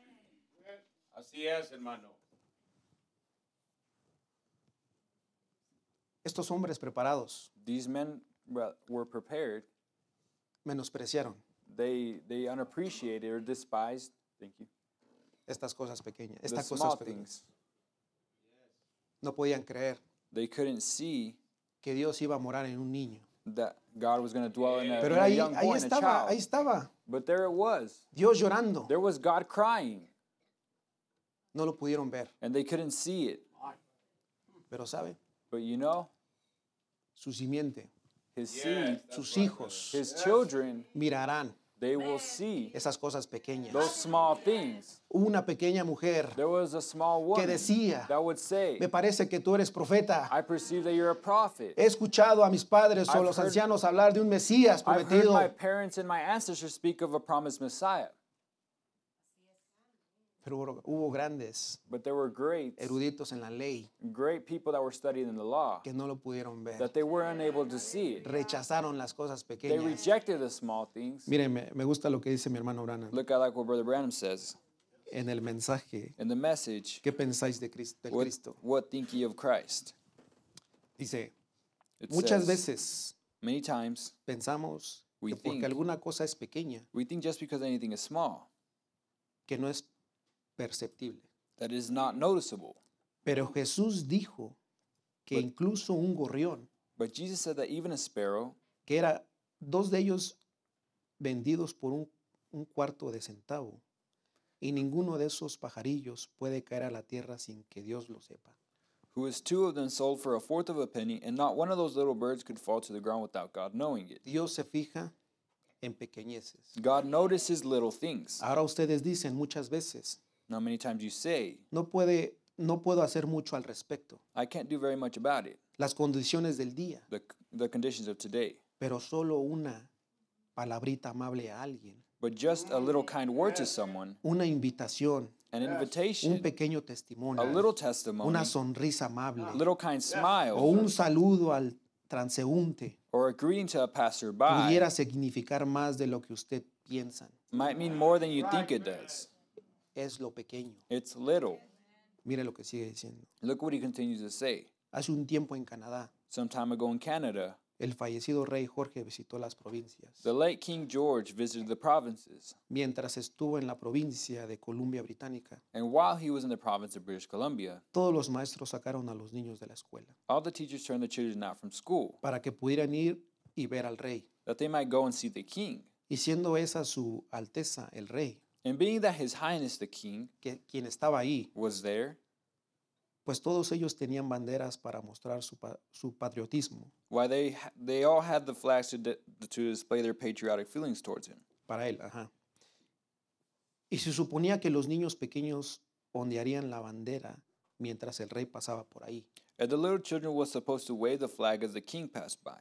A: Así es, hermano.
C: Estos hombres preparados
D: These men were were prepared.
C: menospreciaron
D: They they unappreciated or despised. Thank you.
C: estas cosas pequeñas.
D: The
C: Estas
D: small
C: cosas pequeñas.
D: things.
C: No podían creer
D: They couldn't see
C: que Dios iba a morar en un niño.
D: that God was going to dwell in a,
C: Pero
D: in
C: era
D: a
C: ahí,
D: young
C: ahí
D: boy, and a
C: estaba,
D: child.
C: ahí estaba.
D: But there it was.
C: Dios llorando.
D: There was God crying,
C: No lo pudieron ver.
D: and they couldn't see it.
C: Pero sabe,
D: But you know,
C: su simiente,
D: His seed,
C: sus hijos
D: His children,
C: mirarán
D: they will see
C: esas cosas pequeñas.
D: those small things.
C: Hubo Una pequeña mujer
D: There was a small woman
C: decía,
D: that would say,
C: Me parece que tú eres profeta.
D: "I perceive that you're a prophet."
C: He escuchado a mis padres o
D: I've
C: los
D: heard-
C: ancianos hablar de un Mesías
D: I've heard
C: prometido,
D: my parents and my ancestors speak of a promised Messiah,
C: pero hubo- hubo grandes
D: but there were great,
C: eruditos en la ley
D: great people that were studying the law
C: que no lo pudieron ver,
D: that they were unable to see it.
C: rechazaron las cosas
D: They
C: pequeñas.
D: rejected the small things.
C: Miren, me, me gusta lo que dice mi hermano Branham
D: Look, I like what Brother Branham says
C: en el mensaje.
D: in the message.
C: ¿Qué pensáis de Cristo, del
D: What,
C: Cristo?
D: what think ye of Christ?
C: Dice,
D: It
C: muchas
D: says,
C: veces
D: many times
C: pensamos
D: We
C: que porque
D: think-
C: alguna cosa es pequeña,
D: we think just because anything is small
C: que no es perceptible.
D: that is not noticeable.
C: Pero Jesús dijo que
D: But-
C: incluso un gorrión,
D: But Jesus said that even a sparrow,
C: que era dos de ellos vendidos por un, un cuarto de centavo, y ninguno de esos pajarillos puede caer a la tierra sin que Dios lo sepa.
D: who is two of them sold for a fourth of a penny, and not one of those little birds could fall to the ground without God knowing it.
C: Dios se fija en pequeñeces.
D: God notices little things.
C: Ahora ustedes dicen muchas veces,
D: Now, many times you say,
C: no puede no puedo hacer mucho al respecto.
D: I can't do very much about it,
C: Las condiciones del día,
D: the, the conditions of today.
C: pero solo una palabrita amable a alguien,
D: But just a little kind word to someone,
C: una invitación,
D: an
C: un
D: invitation,
C: pequeño
D: a
C: testimonio,
D: little testimony,
C: una Oh. sonrisa amable.
D: little kind
C: o
D: smile,
C: un saludo al transeúnte
D: or a greeting to a passerby
C: pudiera significar más de lo que usted piensa.
D: might mean more than you think it does.
C: Es lo pequeño.
D: It's little.
C: Mire lo que sigue diciendo.
D: Look what he continues to say.
C: Hace un tiempo en Canadá,
D: Some time ago in Canada,
C: el fallecido rey Jorge visitó las provincias.
D: the late King George visited the provinces,
C: Mientras estuvo en la provincia de Columbia Británica,
D: and while he was in the province of British Columbia,
C: todos los maestros sacaron a los niños de la escuela
D: all the teachers turned the children out from school
C: para que pudieran ir y ver al rey.
D: that they might go and see the king.
C: Y siendo esa su Alteza el rey,
D: And being that His Highness the King
C: que quien estaba ahí,
D: was there,
C: pues todos ellos tenían banderas para mostrar su, pa- su patriotismo
D: why they ha- they all had the flags to di- to display their patriotic feelings towards Him.
C: para él. ajá. Y se suponía que los niños pequeños ondearían la bandera mientras el rey pasaba por ahí.
D: And the little children was supposed to wave the flag as the King passed by.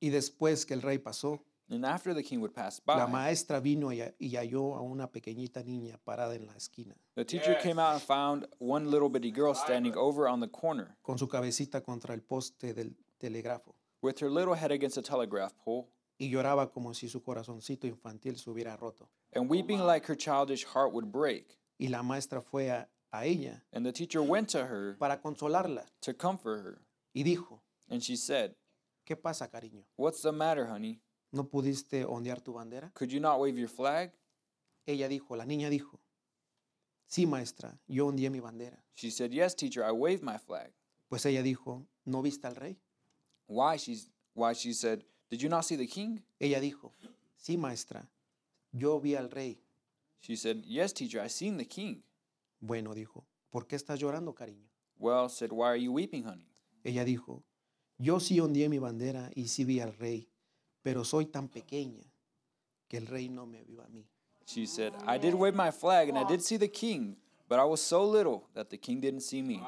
C: Y después que el rey pasó,
D: And after the King would pass
C: la
D: by,
C: maestra vino y, y halló a una pequeñita niña parada en la esquina,
D: the teacher came out and found one little bitty girl standing over on the corner
C: con su cabecita contra el poste del telegrafo,
D: with her little head against a telegraph pole
C: y lloraba como si su corazoncito infantil se hubiera roto.
D: and weeping like her childish heart would break.
C: Y la maestra fue a- a ella
D: And the teacher went to her
C: para consolarla
D: to comfort her.
C: y dijo,
D: And she said,
C: ¿qué pasa, cariño?
D: What's the matter, honey?
C: ¿No pudiste ondear tu bandera?
D: Could you not wave your flag?
C: Ella dijo, la niña dijo, sí, maestra, yo ondeé mi bandera.
D: She said, Yes, teacher, I waved my flag.
C: Pues ella dijo, ¿no viste al rey?
D: Why? She's, why? She said, Did you not see the king?
C: Ella dijo, sí, maestra, yo vi al rey.
D: She said, Yes, teacher, I seen the king.
C: Bueno, dijo, ¿por qué estás llorando, cariño?
D: Well, said, Why are you weeping, honey?
C: Ella dijo, yo sí ondeé mi bandera y sí vi al rey, pero soy tan pequeña que el rey no me vio a mí.
D: She said, I did wave my flag and I did see the king, but I was so little that the king didn't see me.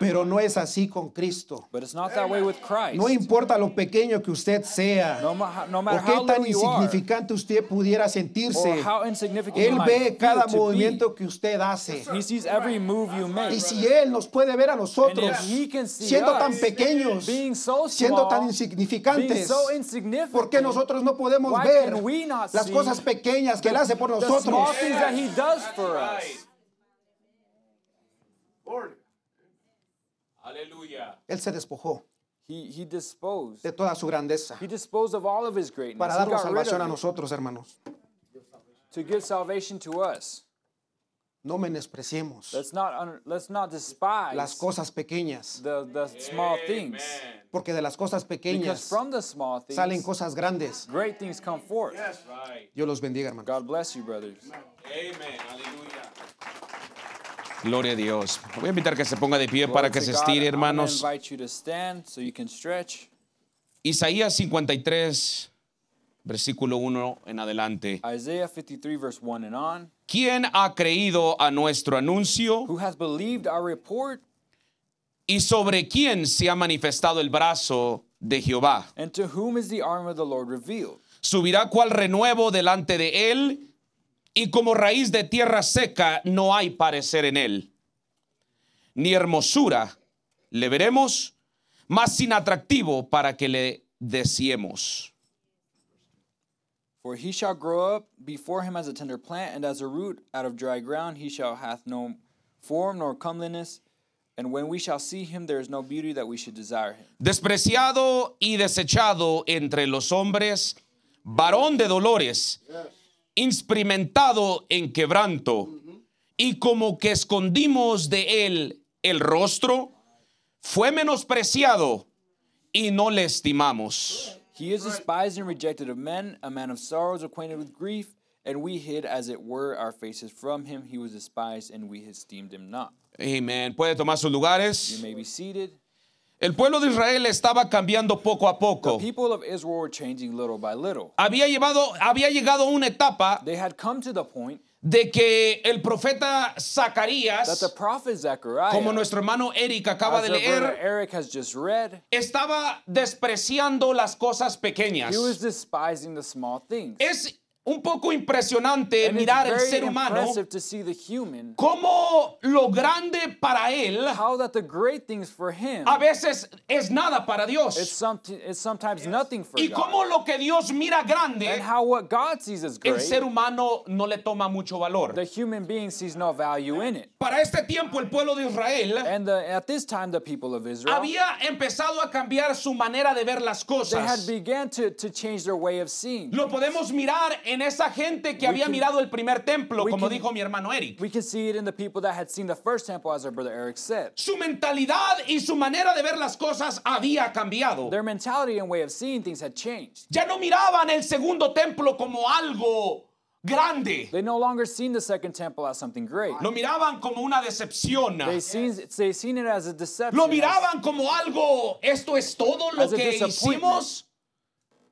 C: Pero no es así con Cristo.
D: But it's not that way with Christ.
C: No importa lo pequeño que usted sea.
D: No, ma- no matter
C: ¿Por qué
D: how
C: tan
D: little you are,
C: insignificante usted pudiera
D: or
C: sentirse?
D: how insignificant you
C: Él
D: might
C: ve
D: feel
C: cada
D: to be,
C: movimiento que usted hace.
D: He sees every move you
C: Y
D: make.
C: si Él nos puede ver a nosotros,
D: And if he can see
C: siendo
D: us,
C: tan pequeños,
D: being so
C: siendo tan
D: small, being
C: insignificantes,
D: so insignificant,
C: ¿por qué nosotros no podemos
D: why
C: ver
D: can we not
C: las
D: see
C: cosas pequeñas que Él hace por
D: the small
C: nosotros?
D: things that he does for us.
A: Lord. Hallelujah.
C: Él se despojó
D: He, he disposed.
C: de toda su grandeza
D: He disposed of all of his greatness.
C: para
D: He
C: darnos
D: got rid
C: salvación a
D: of it
C: nosotros, hermanos.
D: to give salvation to us.
C: No menospreciemos
D: Let's not un- let's not despise
C: las cosas pequeñas,
D: the, the small things.
C: porque de las cosas
D: Because
C: pequeñas
D: from the small things,
C: salen cosas grandes.
D: great things come forth.
A: Right.
C: Dios los bendiga, hermanos.
D: God bless you, brothers.
A: Amen. Hallelujah.
E: Gloria a Dios. Voy a invitar que se ponga de pie
D: Glory
E: para que
D: to
E: se
D: God.
E: estire,
D: I'm gonna
E: hermanos.
D: invite you to stand so you can stretch.
E: Isaías 53, versículo 1 en adelante.
D: Isaiah 53, verse 1 and on.
E: ¿Quién ha creído a nuestro anuncio
D: Who has believed our report,
E: y sobre quién se ha manifestado el brazo de Jehová?
D: and to whom is the arm of the Lord revealed?
E: Subirá cual renuevo delante de él y como raíz de tierra seca no hay parecer en él. Ni hermosura le veremos, más sin atractivo para que le deseemos.
D: For he shall grow up before him as a tender plant, and as a root out of dry ground, he shall hath no form nor comeliness. And when we shall see him, there is no beauty that we should desire him.
E: despreciado y desechado entre los hombres, varón de dolores, experimentado en quebranto, y como que escondimos de él el rostro, fue menospreciado y no le estimamos.
D: He is despised and rejected of men, a man of sorrows, acquainted with grief, and we hid, as it were, our faces from him. He was despised, and we esteemed him not.
E: Amén. Puede tomar sus
D: You
E: lugares.
D: may be seated.
E: El pueblo de Israel estaba cambiando poco a poco.
D: People of Israel were changing little by little.
E: Había, llevado, había llegado a una etapa
D: They had come to the point
E: de que el
D: that
E: profeta
D: the
E: Zacarías,
D: prophet Zechariah,
E: como nuestro hermano Eric acaba
D: as
E: de
D: our brother
E: leer,
D: Eric has just read,
E: estaba despreciando las cosas pequeñas.
D: he was despising the small things.
E: Es un poco impresionante
D: And it's
E: mirar el
D: very
E: ser humano
D: impressive to see the human,
E: cómo lo grande para él
D: how that the great things for him
E: a veces es nada para
D: is
E: Dios
D: something is sometimes nothing for
E: y
D: God.
E: cómo lo que Dios mira
D: And
E: grande
D: how what God sees as
E: el
D: great,
E: ser humano no le toma mucho valor.
D: the human being sees no value in it.
E: Para este tiempo el pueblo de Israel
D: And the, at this time, the people of Israel,
E: había empezado a cambiar su manera de ver las
D: they had
E: cosas.
D: began to, to change their way of seeing.
E: Lo podemos mirar en esa gente que
D: We
E: había
D: can-
E: mirado el primer templo,
D: we
E: como
D: can-
E: dijo mi hermano Eric.
D: We can see it in the people that had seen the first temple, as our brother Eric said.
E: su mentalidad y su manera de ver las cosas había cambiado.
D: Their mentality and way of seeing things had changed.
E: Ya no miraban el segundo templo como algo grande.
D: They no longer seen the second temple as something great.
E: Lo miraban como una decepción.
D: They seen they seen it as a deception.
E: Lo
D: as-
E: miraban como algo, esto es todo lo
D: As a
E: que
D: disappointment.
E: hicimos.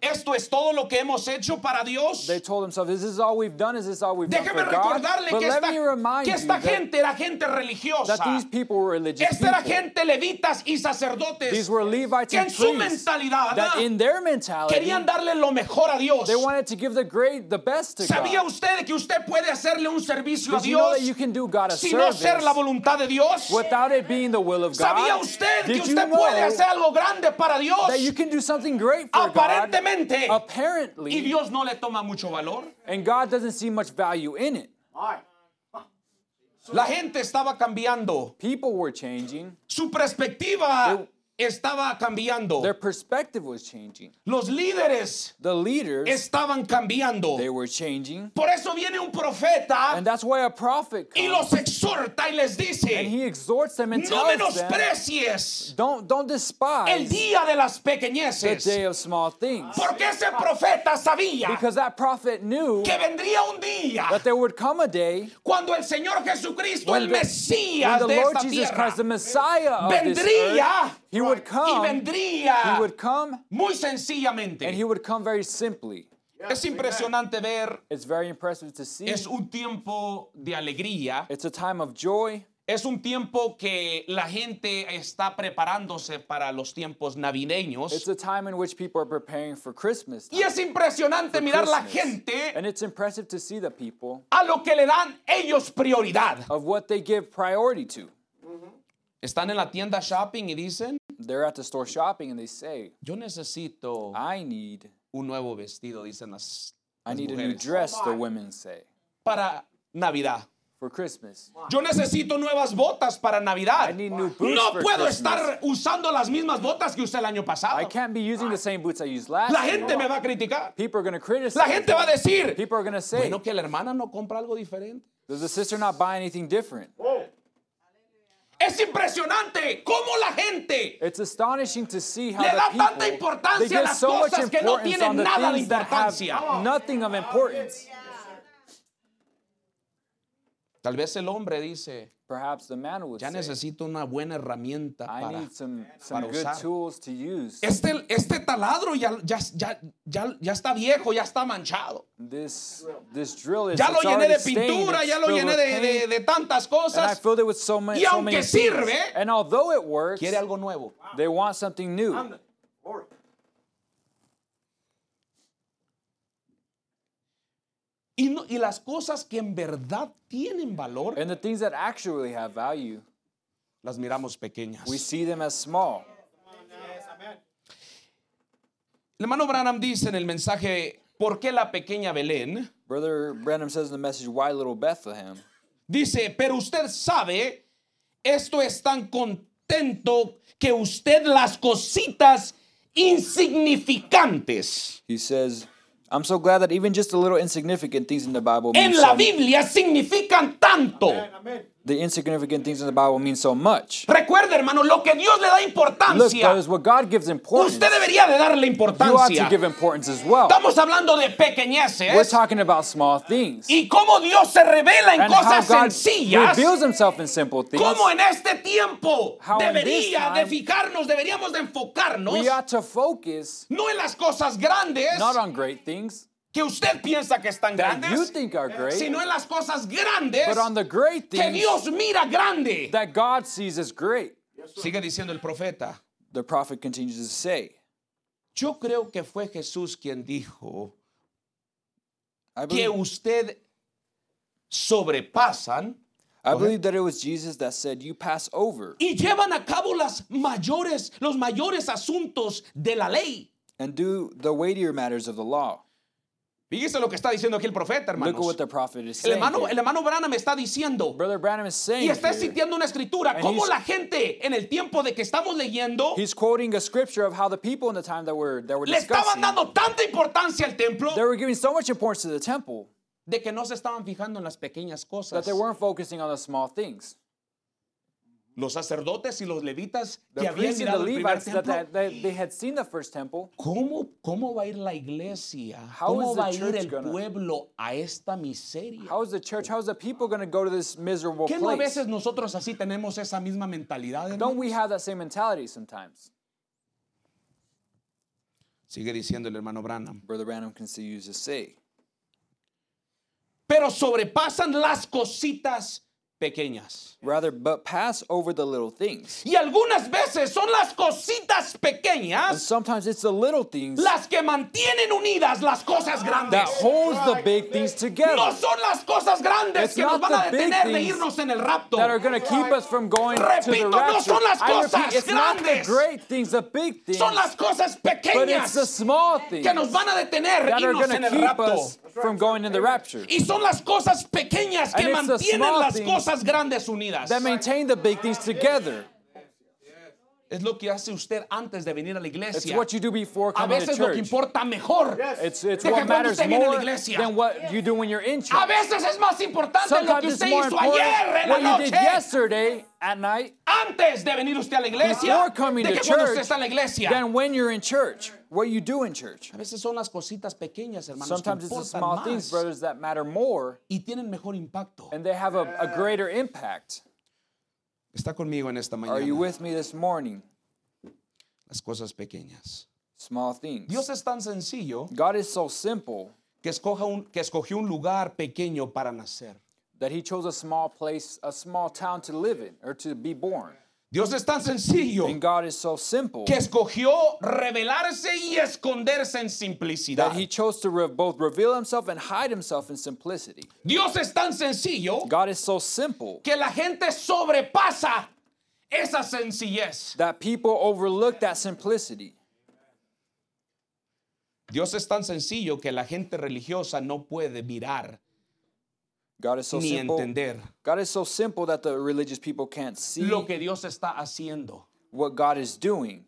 E: Esto es todo lo que hemos hecho para Dios.
D: They told themselves, "This is all we've done. Is this all we've done
E: Déjeme
D: for God?"
E: recordarle
D: But
E: que
D: let
E: esta,
D: me remind
E: que
D: you
E: esta
D: that,
E: gente era gente
D: that
E: religiosa.
D: these people were religious
E: Esta era
D: people.
E: gente levitas y
D: These
E: sacerdotes
D: were Levites
E: que en
D: and
E: su
D: priests
E: mentalidad
D: that in their mentality
E: querían darle lo mejor a Dios.
D: they wanted to give the great, the best to
E: ¿Sabía
D: God.
E: usted que usted puede hacerle un servicio a
D: Did you know
E: Dios
D: that you can do God a
E: sin no ser la
D: service
E: voluntad de Dios?
D: without it being the will of God?
E: ¿Sabía usted que
D: Did you
E: usted
D: know
E: puede hacer algo grande para Dios?
D: that you can do something great for God?
E: Aparentemente. Y
D: Apparently,
E: Dios no le toma mucho valor.
D: and God doesn't see much value in it.
E: La gente estaba cambiando.
D: People were changing.
E: Su perspectiva
D: They-
E: estaba cambiando.
D: Their perspective was changing.
E: Los líderes
D: The leaders,
E: estaban cambiando.
D: they were changing.
E: Por eso viene un profeta
D: And that's why a prophet
E: y
D: comes
E: los exhorta y les
D: and
E: dice,
D: he exhorts them and
E: no
D: tells them,
E: menosprecies
D: don't, don't
E: el
D: despise
E: día de las
D: the
E: pequeñeces.
D: day of small things.
E: Porque ese profeta
D: Este,
E: sabía
D: Because that prophet knew
E: que vendría un día
D: that there would come a day
E: cuando el Señor Jesucristo,
D: when
E: el
D: the- when
E: Mesías
D: the
E: de
D: Lord
E: esta
D: Jesus Christ, the
E: tierra,
D: Messiah of this
E: vendría
D: earth, he would
E: y
D: come, he
E: vendría
D: would come,
E: muy sencillamente.
D: and he would come very simply.
E: Es impresionante ver,
D: It's very impressive to see.
E: es un tiempo de alegría,
D: It's a time of joy.
E: es un tiempo que la gente está preparándose para los tiempos
D: It's
E: navideños.
D: a time in which people are preparing for Christmas.
E: Y
D: time,
E: es impresionante
D: for
E: mirar la
D: Christmas.
E: gente
D: And it's impressive to see the people
E: a lo que le dan ellos prioridad.
D: of what they give priority to.
E: Están en la tienda shopping y dicen,
D: They're at the store shopping and they say,
E: yo necesito
D: I need
E: un nuevo vestido, dicen las,
D: I
E: las
D: need a new
E: mujeres,
D: dress, the women say,
E: para Navidad.
D: for Christmas.
E: Yo necesito nuevas botas para Navidad.
D: I need new boots
E: No
D: for
E: puedo
D: Christmas.
E: estar usando las mismas botas que usé el año
D: I
E: pasado.
D: can't be using the same boots I used last
E: La
D: year.
E: gente me va a criticar.
D: People are going to criticize.
E: La gente va a decir,
D: People are going to say,
E: bueno, que la hermana no compra algo diferente.
D: does the sister not buy anything different?
E: Es impresionante cómo la gente
D: It's astonishing to see how
E: Le da
D: the
E: tanta
D: people
E: importancia
D: they
E: a
D: give
E: las
D: so much
E: cosas que no
D: importance
E: tienen
D: on the
E: nada de
D: things that have
E: importancia.
D: nothing of importance.
E: Tal vez el hombre dice,
D: Perhaps the man would
E: ya
D: say,
E: necesito una buena herramienta
D: I
E: para...
D: need some,
E: para
D: some good
E: usar.
D: tools to use.
E: Este, este taladro ya, ya, ya, ya, ya está viejo, ya está manchado.
D: This, this drill is
E: Ya lo
D: it's
E: llené de
D: already stained,
E: pintura,
D: it's
E: ya lo
D: filled
E: llené
D: with
E: de, de-
D: paint,
E: de tantas
D: and I
E: cosas.
D: filled it with so many,
E: Y
D: so many
E: aunque
D: things.
E: sirve, ¿eh?
D: and although it works,
E: Quiere algo nuevo.
D: they want something new.
E: Y, no- y las cosas que en verdad tienen valor,
D: And the things that actually have value,
E: las miramos pequeñas.
D: we see them as small.
E: El hermano Branham dice en el mensaje, ¿por qué la pequeña Belén?
D: Brother Branham says in the message, Why Little Bethlehem?
E: Dice, pero usted sabe, esto es tan contento que usted las cositas insignificantes
D: He says, I'm so glad that even just the little insignificant things in the Bible mean
E: en la
D: so-
E: Biblia significan tanto.
D: the insignificant things in the Bible mean so much.
E: Recuerde, hermano, lo que Dios le da
D: Look,
E: importancia,
D: brothers, what God gives importance,
E: usted debería de darle
D: you ought to
E: importancia.
D: give importance as well.
E: Estamos hablando de
D: We're
E: pequeñeces
D: talking about small things.
E: y cómo Dios se revela en
D: and how
E: cosas
D: God
E: sencillas.
D: reveals himself in simple things.
E: Cómo en este tiempo
D: How in this
E: debería de
D: time-
E: fijarnos, deberíamos de enfocarnos
D: we ought to focus
E: no en las cosas grandes
D: not on great things
E: que usted piensa que están
D: that you
E: grandes,
D: think are great,
E: sino en las cosas grandes
D: but on the great
E: que
D: things
E: Dios mira grande.
D: that God sees as great.
E: Sigue diciendo el profeta.
D: The prophet continues to say,
E: Yo creo que fue Jesús quien dijo
D: I
E: que
D: believe,
E: usted sobrepasan
D: I believe that it was Jesus that said, You pass over
E: y llevan a cabo las mayores, los mayores asuntos de la ley.
D: and do the weightier matters of the law.
E: Fíjese lo que está diciendo aquí el profeta,
D: Look at
E: hermanos.
D: what the prophet is
E: El
D: saying.
E: hermano,
D: here.
E: el hermano Branham está diciendo
D: Brother Branham is saying,
E: y está
D: here,
E: citando una escritura,
D: And
E: cómo
D: he's-
E: la gente en el tiempo de que estamos leyendo
D: he's quoting a scripture of how the people in the time that were, that were
E: le estaban
D: discussing,
E: dando tanta importancia al templo
D: they were giving so much importance to the temple
E: de que no se estaban fijando en las pequeñas cosas.
D: that they weren't focusing on the small things.
E: los sacerdotes y los levitas que
D: The
E: habían
D: priests and the
E: mirado el primer
D: Levites that,
E: templo.
D: that they, they had seen the first temple.
E: ¿Cómo, ¿Cómo va a ir la iglesia?
D: How
E: ¿Cómo
D: is the
E: va a ir
D: church
E: el
D: gonna-
E: pueblo a esta miseria?
D: How is the church? How is the people going to go to this miserable
E: ¿Qué no a
D: place?
E: veces nosotros así tenemos esa misma mentalidad? hermano?
D: Don't we have that same mentality sometimes?
E: Sigue diciendo el hermano Branham.
D: Brother Branham continues to say,
E: Pero sobrepasan las cositas pequeñas.
D: rather, but pass over the little things.
E: Y algunas veces son las cositas
D: And
E: pequeñas
D: sometimes it's the little things
E: las que mantienen unidas las cosas grandes.
D: that holds the big things
E: No
D: together
E: son las cosas grandes
D: It's
E: que nos
D: not
E: van
D: the
E: a
D: big
E: detener de
D: things
E: irnos en el rapto.
D: that are going to keep us from going to
E: Repito,
D: the
E: no
D: rapture.
E: son las
D: I repeat,
E: cosas
D: it's not the
E: grandes.
D: great things, the big things,
E: Son las cosas
D: but it's the
E: pequeñas
D: small things
E: que nos van a detener
D: that are
E: irnos
D: going
E: en
D: to
E: el
D: keep
E: rapto.
D: us from going in the rapture.
E: Y son las cosas pequeñas que
D: And it's the
E: mantienen
D: small
E: las
D: things
E: cosas grandes unidas.
D: That maintain the big things together.
E: Es lo que hace usted antes de venir a la
D: It's
E: iglesia.
D: what you do before
E: A
D: coming to
E: veces lo que
D: church.
E: importa mejor
D: It's, it's
E: de que
D: what
E: cuando
D: matters
E: usted viene a la
D: more
E: iglesia.
D: than what you do when you're in church.
E: A veces es más importante lo
D: Sometimes
E: que
D: it's
E: usted
D: more
E: hizo
D: important
E: ayer en la
D: what you did
E: noche
D: yesterday at night
E: antes de venir usted a la iglesia
D: before coming
E: de
D: to
E: que cuando usted
D: church
E: está en la iglesia.
D: than when you're in church. What you do in church.
E: A veces son las cositas pequeñas, hermanos, que
D: Sometimes it's the
E: importan
D: small things,
E: más
D: brothers, that matter more,
E: y tienen mejor impacto.
D: and they have a, a greater impact.
E: Está conmigo en esta
D: Are you
E: mañana.
D: with me this morning?
E: Las cosas pequeñas.
D: Small things.
E: Dios es tan sencillo
D: God is so simple
E: que, escoja un, que escogió un lugar pequeño para nacer.
D: that He chose a small place, a small town to live in or to be born.
E: Dios es tan sencillo
D: And God is so simple
E: que escogió revelarse y esconderse en simplicidad.
D: that He chose to re- both reveal Himself and hide Himself in simplicity.
E: Dios es tan sencillo
D: God is so simple
E: que la gente sobrepasa esa sencillez.
D: that people overlook that simplicity.
E: Dios es tan sencillo que la gente religiosa no puede mirar
D: God is so
E: ni
D: simple.
E: entender
D: God is so simple that the religious people can't see
E: lo que Dios está haciendo.
D: what God is doing.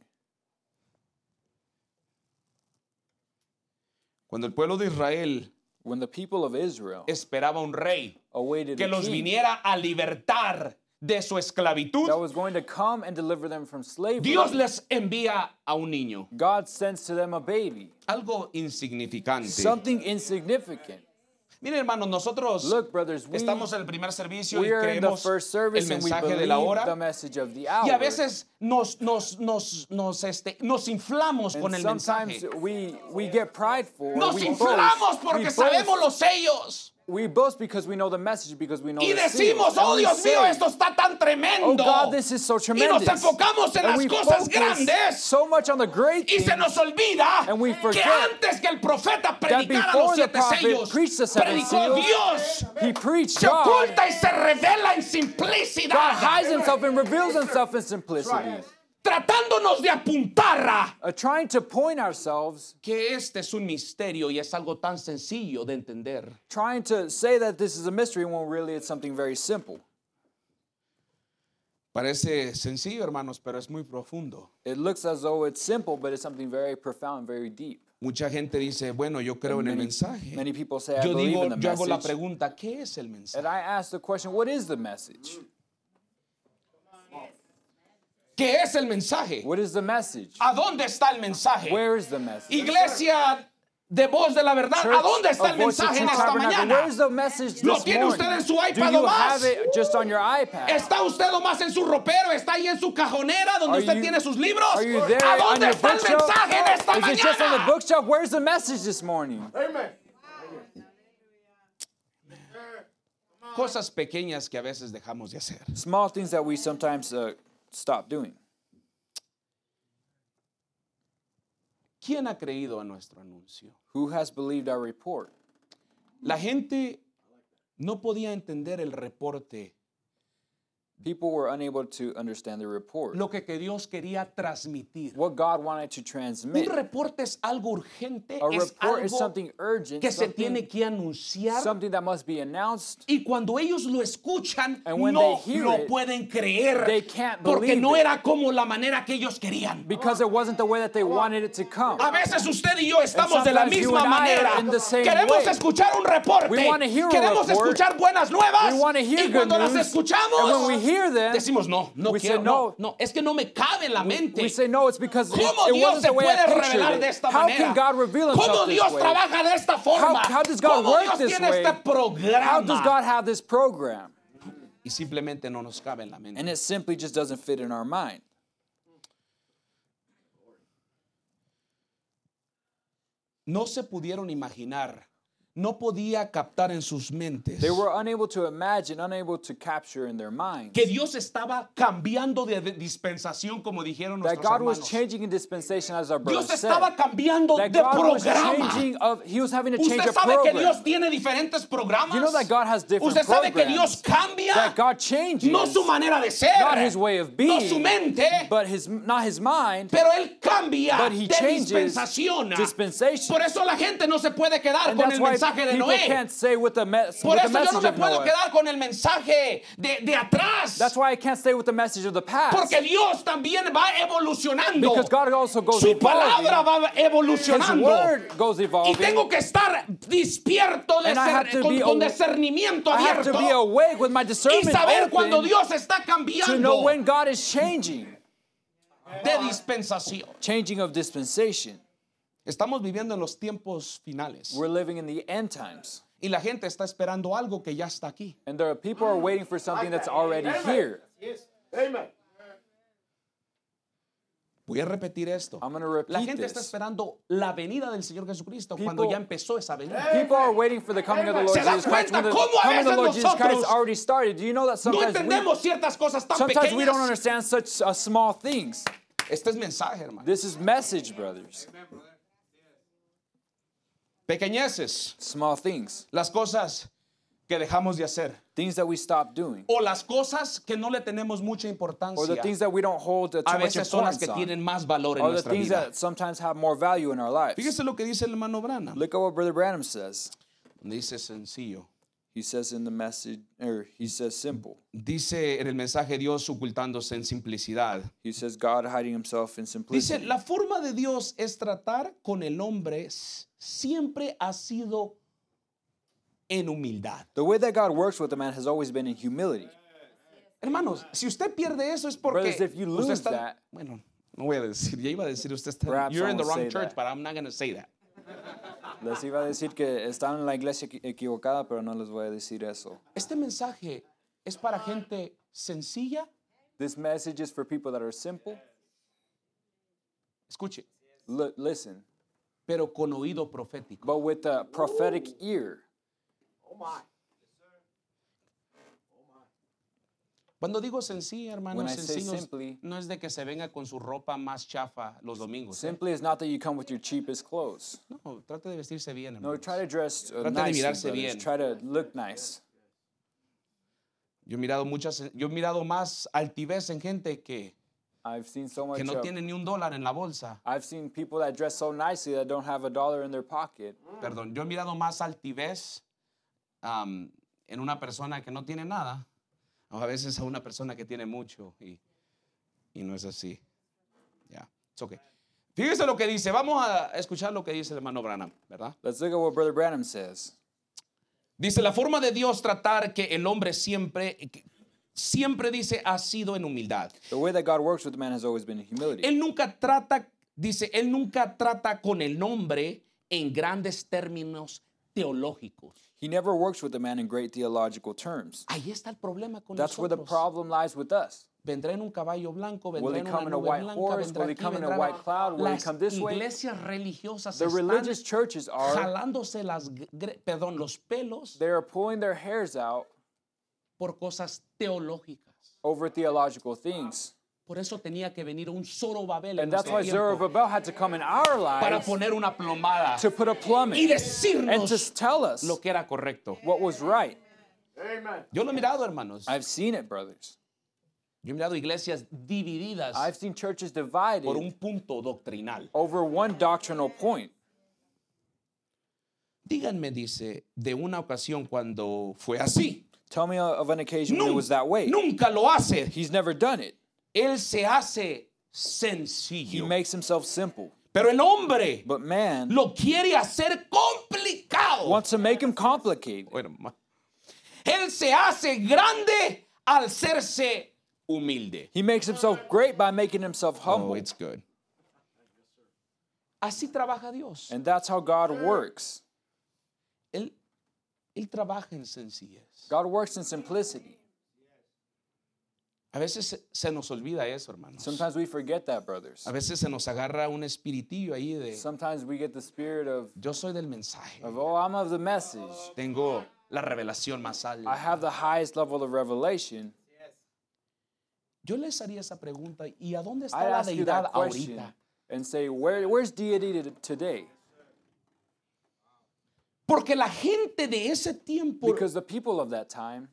E: Cuando el pueblo de Israel
D: When the people of Israel
E: esperaba un rey
D: awaited
E: que
D: a
E: los
D: king
E: viniera a libertar de su esclavitud,
D: that was going to come and deliver them from slavery,
E: Dios les envía a un niño,
D: God sends to them a baby,
E: algo insignificante.
D: something insignificant.
E: Miren, hermanos, nosotros
D: Look, brothers, we,
E: estamos en el primer servicio y
D: we are in the
E: creemos
D: first service
E: el
D: and we
E: mensaje
D: believe
E: de la hora.
D: the message of the hour.
E: Y a veces nos, nos, nos, nos, este, nos inflamos
D: and
E: con el
D: sometimes
E: mensaje.
D: we, we get prideful. and
E: Nos
D: we
E: inflamos
D: boast, we
E: porque
D: boast,
E: sabemos los sellos.
D: we boast because we know the message, because we know
E: Y
D: the seals.
E: decimos,
D: And
E: oh
D: we
E: Dios mío,
D: say,
E: esto está tan
D: Oh
E: tremendo.
D: God, this is so
E: Y
D: tremendous.
E: nos enfocamos en
D: And
E: las
D: we
E: cosas
D: focus
E: grandes.
D: So much on the great
E: Y
D: things
E: se nos olvida
D: And we
E: que
D: forget
E: antes que el profeta
D: that
E: predicara
D: before the
E: los siete
D: prophet
E: sellos,
D: preached the seven
E: predicó
D: seals,
E: Dios.
D: he preached
E: Se
D: God.
E: oculta y se revela en
D: God
E: simplicidad,
D: hides himself and reveals himself in simplicity,
E: tratándonos de apuntar a
D: uh, trying to point ourselves,
E: que este es un misterio y es algo tan sencillo de entender.
D: trying to say that this is a mystery when really it's something very simple.
E: Parece sencillo, hermanos, pero es muy profundo.
D: It looks as though it's simple, but it's something very profound, very deep.
E: Mucha gente dice, bueno, yo creo en el mensaje.
D: Many people say, I
E: yo
D: believe
E: digo,
D: in the
E: yo hago la
D: message. Er
E: pregunta, ¿qué es el mensaje?
D: And I ask the question, what is the message?
E: ¿Qué es el mensaje?
D: What is the message?
E: ¿A dónde está el mensaje?
D: Where is the message?
E: Iglesia de voz de la verdad, ¿a
D: Church
E: dónde
D: of
E: está el
D: Voice of
E: mensaje en
D: True
E: esta
D: Tabernacle,
E: mañana?
D: Where is the message
E: ¿Lo
D: this
E: tiene
D: morning?
E: usted en su iPad
D: Do
E: o
D: you
E: más?
D: have it just on your iPad?
E: ¿Está usted o más en su ropero? ¿Está ahí en su cajonera donde
D: Are
E: usted
D: you-
E: tiene sus libros?
D: Are you there
E: ¿A
D: on
E: dónde
D: your
E: está el
D: bookshelf?
E: mensaje en esta
D: is it just on the
E: mañana?
D: bookshelf? Where's the message this morning?
E: Cosas pequeñas que a veces dejamos de hacer.
D: Small things that we sometimes uh, stop doing.
E: ¿Quién ha creído a nuestro anuncio?
D: Who has believed our report?
E: La gente no podía entender el reporte,
D: People were unable to understand the report.
E: lo que, que Dios quería transmitir.
D: what God wanted to transmit.
E: Un reporte es algo urgente,
D: A
E: es
D: report is
E: algo
D: something urgent,
E: que se
D: something,
E: tiene que anunciar.
D: something that must be announced.
E: Y cuando ellos lo escuchan,
D: And when
E: no
D: they hear
E: lo
D: it,
E: pueden creer.
D: they can't
E: porque
D: believe
E: no
D: it.
E: era como la manera que ellos querían.
D: Because it wasn't the way that they wanted it to come.
E: A veces usted y yo estamos de la
D: sometimes you
E: misma
D: and I are
E: manera.
D: in the same way.
E: Queremos escuchar un reporte.
D: We wanna hear a
E: Queremos
D: report.
E: escuchar buenas nuevas.
D: We want to hear
E: y
D: good
E: cuando las
D: news.
E: escuchamos,
D: and when we hear
F: hear them,
E: Decimos, no, no
F: We
E: quiero,
F: say
E: no,
F: no.
E: no, es que no me cabe en la mente.
F: we say no, it's because it,
E: ¿Cómo
F: it
E: Dios
F: wasn't
E: se
F: the way I
E: puede
F: pictured
E: revelar
F: it.
E: de esta
F: How
E: manera?
F: can God reveal
E: ¿Cómo
F: himself this
E: Dios
F: way?
E: trabaja de esta forma?
F: how does God
E: ¿Cómo
F: work
E: Dios
F: this
E: tiene
F: way?
E: este
F: How does
E: programa?
F: God have this program?
E: Y simplemente no nos cabe en la mente.
D: And it simply just doesn't fit in our mind.
E: No se pudieron imaginar. No podía captar en sus mentes
D: They were unable to imagine, unable to capture in their mind
E: que Dios estaba cambiando de de dispensación, como dijeron
D: that
E: nuestros
D: God was
E: hermanos.
D: changing in dispensation, as our brother
E: Dios
D: said.
E: estaba cambiando
F: That
E: de
F: God was
E: programa.
F: changing of he was having to change
E: Usted
F: a
E: sabe que
F: program.
E: Dios tiene diferentes programas.
F: You know that God has different
E: Usted sabe que
F: programs.
E: Dios cambia.
F: that God changes
E: no su manera de ser,
F: not his way of being,
E: no su mente,
F: but his not his mind.
E: pero él cambia
F: but
E: de
F: he changes
E: dispensación.
F: dispensations.
E: Por eso la gente no se puede quedar
F: and
E: con
F: that's
E: el
F: why
E: mensaje de
F: people
E: Noé.
F: can't say with the, mes-
E: Por
F: with the
E: eso yo no
F: message
E: me
F: of
E: puedo
F: Noah.
E: quedar con el mensaje de, de atrás.
F: That's why I can't stay with the message of the past.
E: porque Dios también va evolucionando.
F: because God also goes
E: Su
F: evolving.
E: palabra va
F: His
E: evolucionando.
F: word goes
E: Y
F: evolving.
E: tengo que estar despierto, de
F: And I
E: ser-
F: have to
E: con,
F: be
E: con
F: awa-
E: discernimiento
F: I have to be
E: abierto.
F: awake with my
E: Y
F: discernment
E: saber
F: open
E: cuando Dios está
F: to
E: cambiando
F: know when God is changing,
E: de dispensación.
F: changing of dispensation.
E: Estamos viviendo en los tiempos finales
F: We're living in the end times,
E: y la gente está esperando algo que ya está aquí.
F: and there are people are waiting for something that's already here.
E: Voy a repetir esto.
F: I'm going to
E: La
F: repeat
E: gente está
F: this.
E: esperando la venida del Señor Jesucristo cuando
F: People-
E: ya empezó esa venida.
F: People are waiting for the coming of the Lord
E: ¿Se dan
F: Jesus Christ. When the
E: cuenta cómo a
F: coming of the
E: veces
F: Lord Jesus Christ
E: nosotros
F: already started. Do you know that
E: No
F: sometimes we,
E: entendemos ciertas cosas tan
F: sometimes we don't
E: pequeñas.
F: understand such uh, small things?
E: Este es mensaje, hermano.
F: This is message, brothers.
E: Pequeñeces,
D: small things,
E: las cosas que dejamos de hacer
D: things that we stop doing,
E: o las cosas que no le tenemos mucha
D: or the
E: importancia.
D: things that we don't hold uh,
E: A
D: too much
E: veces son las
D: importance
E: que
D: on,
E: tienen más valor en
D: or the
E: nuestra
D: things
E: vida.
D: that sometimes have more value in our lives.
E: Fíjese lo que dice el hermano Branham.
D: Look at what Brother Branham says.
E: Dice sencillo.
D: He says in the message, or he says simple.
E: Dice en el mensaje Dios ocultándose en simplicidad.
D: He says God hiding Himself in
E: Dice,
D: simplicity.
E: la forma de Dios es tratar con el hombre s- siempre ha sido en humildad.
D: The way that God works with a man has always been in humility.
E: Hermanos, si usted pierde eso es porque
F: Brothers, if you
E: usted
F: lose
E: está
F: that-
E: bueno, no voy a decir, ya iba a decir usted está
D: Perhaps
E: you're
D: I
E: in the
D: won't
E: wrong
D: say
E: church,
D: that.
E: but I'm not going to say that.
D: Les iba a decir que están en la iglesia equi- equivocada, pero no les voy a decir eso.
E: Este mensaje es para gente sencilla.
D: This message is for people that are simple.
E: Escuche,
D: L- listen,
E: pero con oído profético.
D: but with a prophetic ear.
E: Cuando digo sencilla, hermanos,
D: When I say
E: sencillos
D: simply-
E: no es de que se venga con su ropa más chafa los domingos. ¿eh?
D: Simply is not that you come with your cheapest clothes.
E: No, trate de vestirse bien, hermano.
D: No, try to dress uh,
E: Trata de
D: nicely,
E: mirarse
D: brothers.
E: bien.
D: Try to look nice.
E: Yo he mirado muchas, yo he mirado más altivez en gente que,
D: I've seen so much.
E: que no
D: of-
E: tiene ni un dólar en la bolsa.
D: I've seen people that dress so nicely that don't have a dollar in their pocket.
E: Perdón, yo he mirado más altivez am, en una persona que no tiene nada. O a veces a una persona que tiene mucho y, y no es así. Ya, it's okay. Fíjese lo que dice. Vamos a escuchar lo que dice el hermano Branham, ¿verdad?
D: Let's look at what Brother Branham says.
E: Dice, la forma de Dios tratar que el hombre siempre, que- siempre dice, ha sido en humildad.
D: The way that God works with man has always been in humility.
E: Él nunca trata, dice, él nunca trata con el hombre en grandes términos teológicos.
D: He never works with a man in great theological terms.
E: Ahí está el problema con
D: That's where the
E: nosotros.
D: problem lies with us.
E: Vendrá en un caballo blanco,
D: Will
E: vendrá
D: they
E: en
D: come
E: una
D: in a
E: nube
D: white
E: blanca,
D: horse?
E: vendrá
D: Will they
E: aquí,
D: come in a
E: vendrá-
D: white cloud? Will they
E: Las
D: come this way?
E: iglesias religiosas
D: The
E: están
D: religious churches are
E: jalándose las, gre- perdón, los pelos
D: they are pulling their hairs out
E: por cosas teológicas.
D: over theological things.
E: Por eso tenía que venir un Zorobabel en
D: And that's
E: nuestro
D: why
E: tiempo
D: Zerubbabel had to come in our
E: para
D: lives
E: poner una plomada
D: to put a plummet
E: y
D: and
E: decirnos
D: to tell us
E: lo que era correcto.
D: what was right.
E: Yo lo he mirado, hermanos.
D: I've seen it, brothers.
E: Yo he mirado iglesias divididas
D: I've seen churches
E: por un
D: divided
E: punto doctrinal.
D: over one doctrinal point.
E: Díganme, dice, de una ocasión cuando fue así.
D: Tell me of an occasion when it was
E: Nunca,
D: that way.
E: nunca lo hace.
D: He's never done it.
E: Él se hace
D: He
E: sencillo.
D: makes himself simple.
E: Pero el hombre
D: But man
E: lo quiere hacer complicado.
D: wants to make him complicated.
E: Bueno, ma- él se hace grande al hacerse humilde.
D: He makes himself great by making himself
E: Oh,
D: humble.
E: it's good. Así trabaja Dios.
D: And that's how God works.
E: Él, él trabaja en sencillez.
D: God works in simplicity.
E: A veces se- se nos olvida eso, hermanos.
D: Sometimes we forget that, brothers.
E: A veces se nos agarra un espiritillo ahí de
D: Sometimes we get the spirit of,
E: yo soy del mensaje.
D: of oh, I'm of the message.
E: Tengo la revelación más
D: I
E: alta.
D: have the highest level of revelation.
E: Yo les haría esa pregunta, ¿y a dónde está
D: I
E: la
D: ask you that
E: deidad
D: question
E: ahorita?
D: and say, Where, where's deity to- today?
E: Porque la gente de ese tiempo
D: Because the people of that time,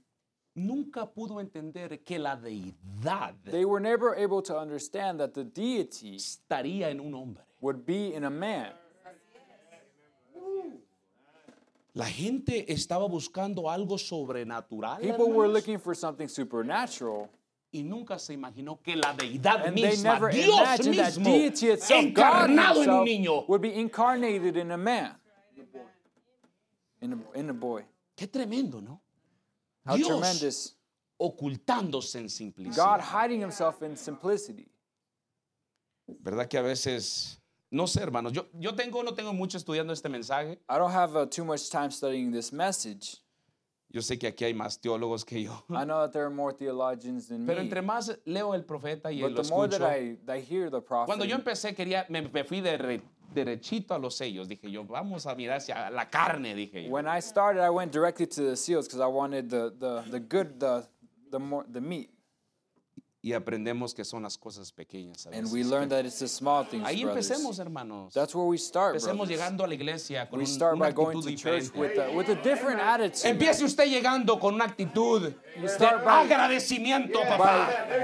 E: nunca pudo entender que la deidad
D: they were never able to understand that the deity
E: estaría en un hombre.
D: would be in a man.
E: La gente estaba buscando algo sobrenatural
D: People were
E: hermanos,
D: looking for something supernatural,
E: y nunca se imaginó que la deidad
D: and they
E: misma,
D: never
E: Dios
D: imagined that
E: mismo,
D: deity itself, God
E: encarnado en un niño.
D: himself, would be incarnated in a man. In a, in a boy.
E: Qué tremendo, ¿no?
D: How
E: Dios
D: tremendous.
E: ocultándose en simplicidad.
D: God hiding himself in simplicity.
E: ¿Verdad que a veces, no sé, hermanos, yo, yo tengo, no tengo mucho estudiando este mensaje.
D: I don't have uh, too much time studying this message.
E: Yo sé que aquí hay más teólogos que yo.
D: I know that there are more theologians than
E: Hmm. Pero
D: me.
E: entre más leo el profeta y
D: But
E: lo
D: the more that
E: escucho,
D: I, that I hear the prophet,
E: Cuando yo empecé, quería, me, me fui de re- derechito a los sellos. Dije yo, vamos a mirar hacia la carne, dije yo.
D: when I started, I went directly to the seals because I wanted the, the, the good, the, the, more, the meat.
E: Y aprendemos que son las cosas pequeñas. a
D: And
E: veces.
D: we learned that it's the small things,
E: Ahí
D: brothers.
E: empecemos, hermanos.
D: That's where we start,
E: Empecemos
D: brothers.
E: llegando a la iglesia con
D: We
E: un-
D: start
E: una
D: by going
E: actitud
D: to church
E: diferente.
D: with a, with a different attitude,
E: Empiece usted llegando con una actitud de
D: start by-
E: agradecimiento, papá.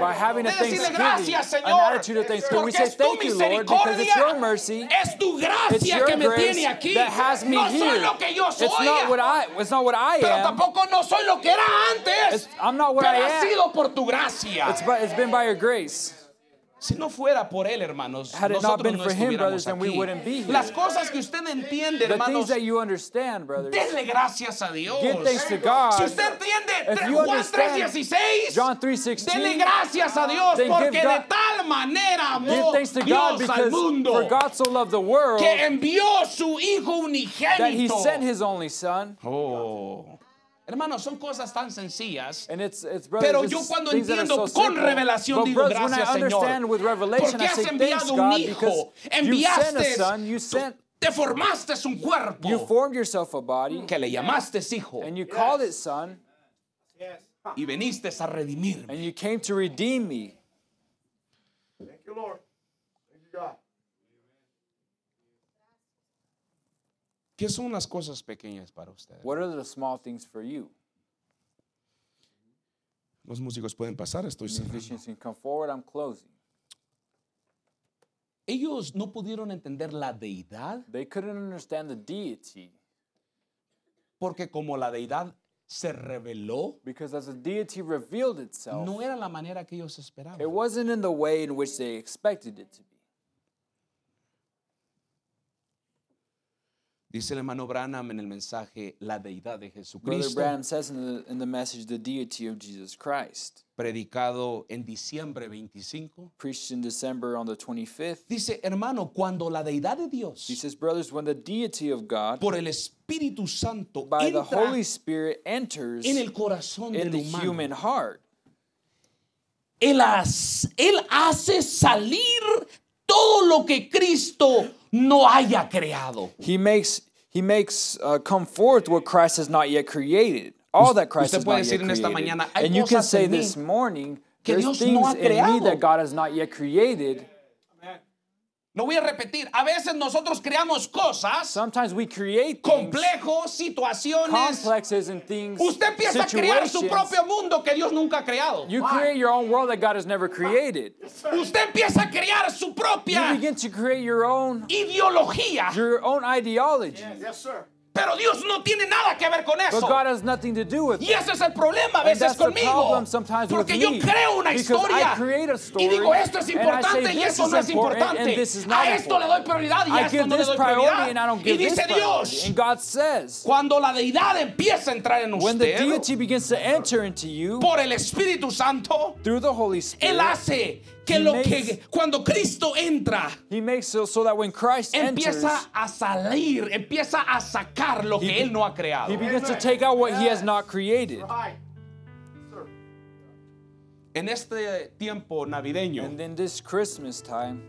D: by, by having a
E: De decirle
D: thanksgiving,
E: gracias,
D: an
E: Señor,
D: attitude of thanksgiving. We
E: porque
D: say,
E: es tu
D: thank you, Lord, because
E: misericordia,
D: it's your mercy.
E: es tu
D: It's
E: gracia
D: your
E: que me
D: grace
E: tiene aquí.
D: that has me
E: no
D: here.
E: soy lo que yo soy,
D: it's not what I. It's not what I
E: pero
D: am.
E: tampoco no soy lo que era antes.
D: It's, I'm not what I
E: Pero ha
D: am.
E: sido por tu gracia.
D: It's, by, it's been by your grace.
E: Si no fuera por él, hermanos,
D: Had it not
E: nosotros
D: been
E: no
D: for him,
E: estuviéramos
D: brothers, then we
E: aquí.
D: wouldn't be here.
E: Las cosas que usted entiende,
D: The things
E: hermanos,
D: that you understand, brothers.
E: denle gracias a Dios.
D: Give thanks to
E: Si
D: God.
E: usted entiende
D: If
E: tre-
D: you
E: Juan
D: understand
E: 3:16,
D: John
E: denle
D: 3:16.
E: gracias a Dios
D: then give
E: porque de
D: God-
E: tal manera
D: Give
E: amó
D: thanks to God
E: Dios al
D: because for
E: mundo
D: God so loved the world
E: que envió su hijo
D: that He
E: unigénito.
D: sent His only Son.
E: Oh. Hermanos, son cosas tan sencillas.
D: And it's it's brothers.
E: Pero
D: it's
E: yo cuando
D: things that are
E: entiendo
D: so
E: con
D: simple.
E: revelación
D: But
E: digo,
D: brothers, when
E: "Gracias,
D: I
E: Señor,
D: understand with revelation,
E: porque
D: I
E: has
D: say thanks
E: enviado un
D: God because
E: hijo,
D: you sent a
E: enviaste,
D: son, you sent,
E: te formaste un cuerpo
D: you formed yourself a body,
E: que le llamaste hijo
D: and you called it son,
E: y viniste a redimirme.
D: and you came to redeem me.
G: Thank you, Lord. Thank you, God.
E: ¿Qué son las cosas pequeñas para ustedes?
D: What are the small things for you?
E: Los músicos pueden pasar, estoy
D: Mm.
E: seguro.
D: Musicians can come forward. I'm closing.
E: Ellos no pudieron entender la deidad
D: They couldn't understand the deity
E: porque como la deidad se reveló,
D: because as the deity revealed itself,
E: no era la manera que ellos esperaban.
D: it wasn't in the way in which they expected it to be.
E: Dice el hermano Branham en el mensaje, la deidad de
D: Brother
E: Jesucristo,
D: Branham says in the, in the message, the deity of Jesus Christ.
E: predicado en diciembre 25.
D: preached in December on the 25th.
E: Dice, hermano, cuando la deidad de
D: He
E: Dios
D: says, Brothers, when the deity of God
E: por el Espíritu Santo
D: by the
E: entra
D: Holy Spirit enters
E: en el corazón
D: in
E: del
D: the
E: humano,
D: human heart,
E: él, has- él hace salir todo lo que Cristo no haya creado.
D: he makes he makes uh, come forth what Christ has not yet created. All that Christ
E: usted
D: has
E: puede
D: not yet
E: decir en esta
D: created.
E: mañana, "Hay
D: and you can
E: cosas
D: say
E: en mí
D: this morning,
E: que
D: there's
E: Dios no
D: things
E: ha
D: in me
E: creado."
D: that God has not yet created.
E: Lo voy a repetir, a veces nosotros creamos cosas,
D: Sometimes we create things,
E: complejos, situaciones.
D: complexes and things.
E: Usted empieza a crear su
D: situations.
E: propio mundo que Dios nunca ha creado.
D: You create your own world that God has never created.
E: Usted empieza a crear su propia
D: You begin to create your own
E: ideología
D: your own ideology.
G: Yes, sir.
E: Pero Dios no tiene nada que ver con
D: But
E: eso.
D: God has nothing to do with
E: Y ese es el problema a
D: And
E: veces
D: that's the
E: conmigo.
D: problem sometimes with
E: Porque yo
D: me.
E: creo una
D: Because
E: historia
D: I create a story,
E: y digo esto es
D: and I say,
E: importante y
D: "This
E: eso
D: is
E: no es
D: important, and
E: importante.
D: this is not
E: A esto le doy
D: important."
E: prioridad y a
D: I
E: esto
D: give
E: no le
D: this
E: doy
D: priority and I
E: prioridad.
D: don't
E: Y
D: give this
E: dice
D: priority.
E: Dios,
D: And God says,
E: cuando la deidad empieza a entrar en
D: when the
E: usted
D: deity begins to enter into you
E: por el Espíritu Santo,
D: through the Holy Spirit,
E: él hace que
D: He
E: lo
D: makes-
E: que cuando Cristo entra
D: He makes it so that when Christ enters,
E: empieza a salir, empieza a sacar lo que él no ha creado.
D: He begins to take out what He has not created.
E: En este tiempo navideño,
D: And then this Christmas time,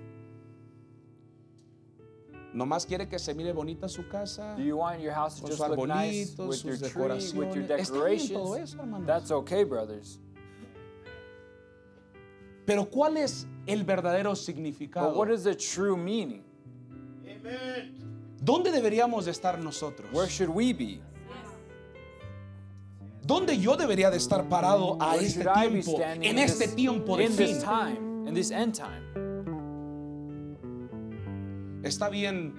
E: nomás quiere que se mire bonita su casa.
D: do you want your house to
E: Con
D: just
E: sus
D: look nice
E: arbolitos,
D: with your
E: sus
D: tree, with your
E: decoraciones. Está bien todo
D: decorations?
E: eso, hermanos.
D: That's okay, brothers.
E: Pero ¿cuál es el verdadero significado?
D: But what is the true meaning?
E: ¿Dónde deberíamos de estar
D: Where
E: nosotros?
D: should we be?
E: ¿Dónde yo debería de estar parado a
D: Where
E: este
D: should I be
E: tiempo?
D: standing
E: En
D: in
E: este
D: this,
E: tiempo de
D: in
E: fin.
D: this time, in this end time?
E: Está bien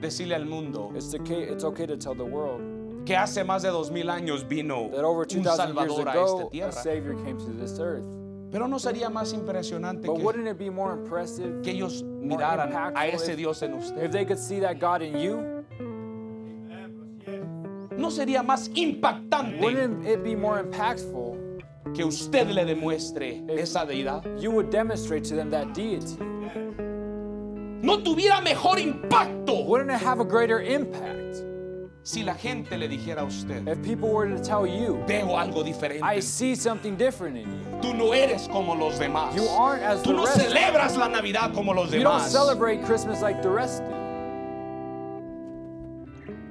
E: decirle al mundo
D: It's okay, it's okay to tell the world
E: que hace más de dos mil años vino
D: that over 2,000
E: un
D: years
E: Salvador a esta
D: ago, a
E: tierra.
D: Savior came to this earth.
E: Pero no sería más impresionante
D: But
E: que,
D: wouldn't it be more impressive
E: que ellos
D: more
E: miraran a
D: impactful
E: ese
D: if-
E: Dios en usted.
D: if they could see that God in you?
E: No sería más impactante
D: Wouldn't it be more impactful?
E: que usted le demuestre
D: If-
E: esa deidad.
D: You would demonstrate to them that deity.
E: No tuviera mejor impacto
D: Wouldn't it have a greater impact
E: si la gente le dijera a usted,
D: if people were to tell you,
E: veo algo
D: I
E: diferente.
D: see something different in you?
E: Tú no eres como los demás.
D: You aren't as
E: Tú
D: the
E: no
D: rest.
E: celebras la Navidad como los
D: You don't
E: demás.
D: celebrate Christmas like the rest do.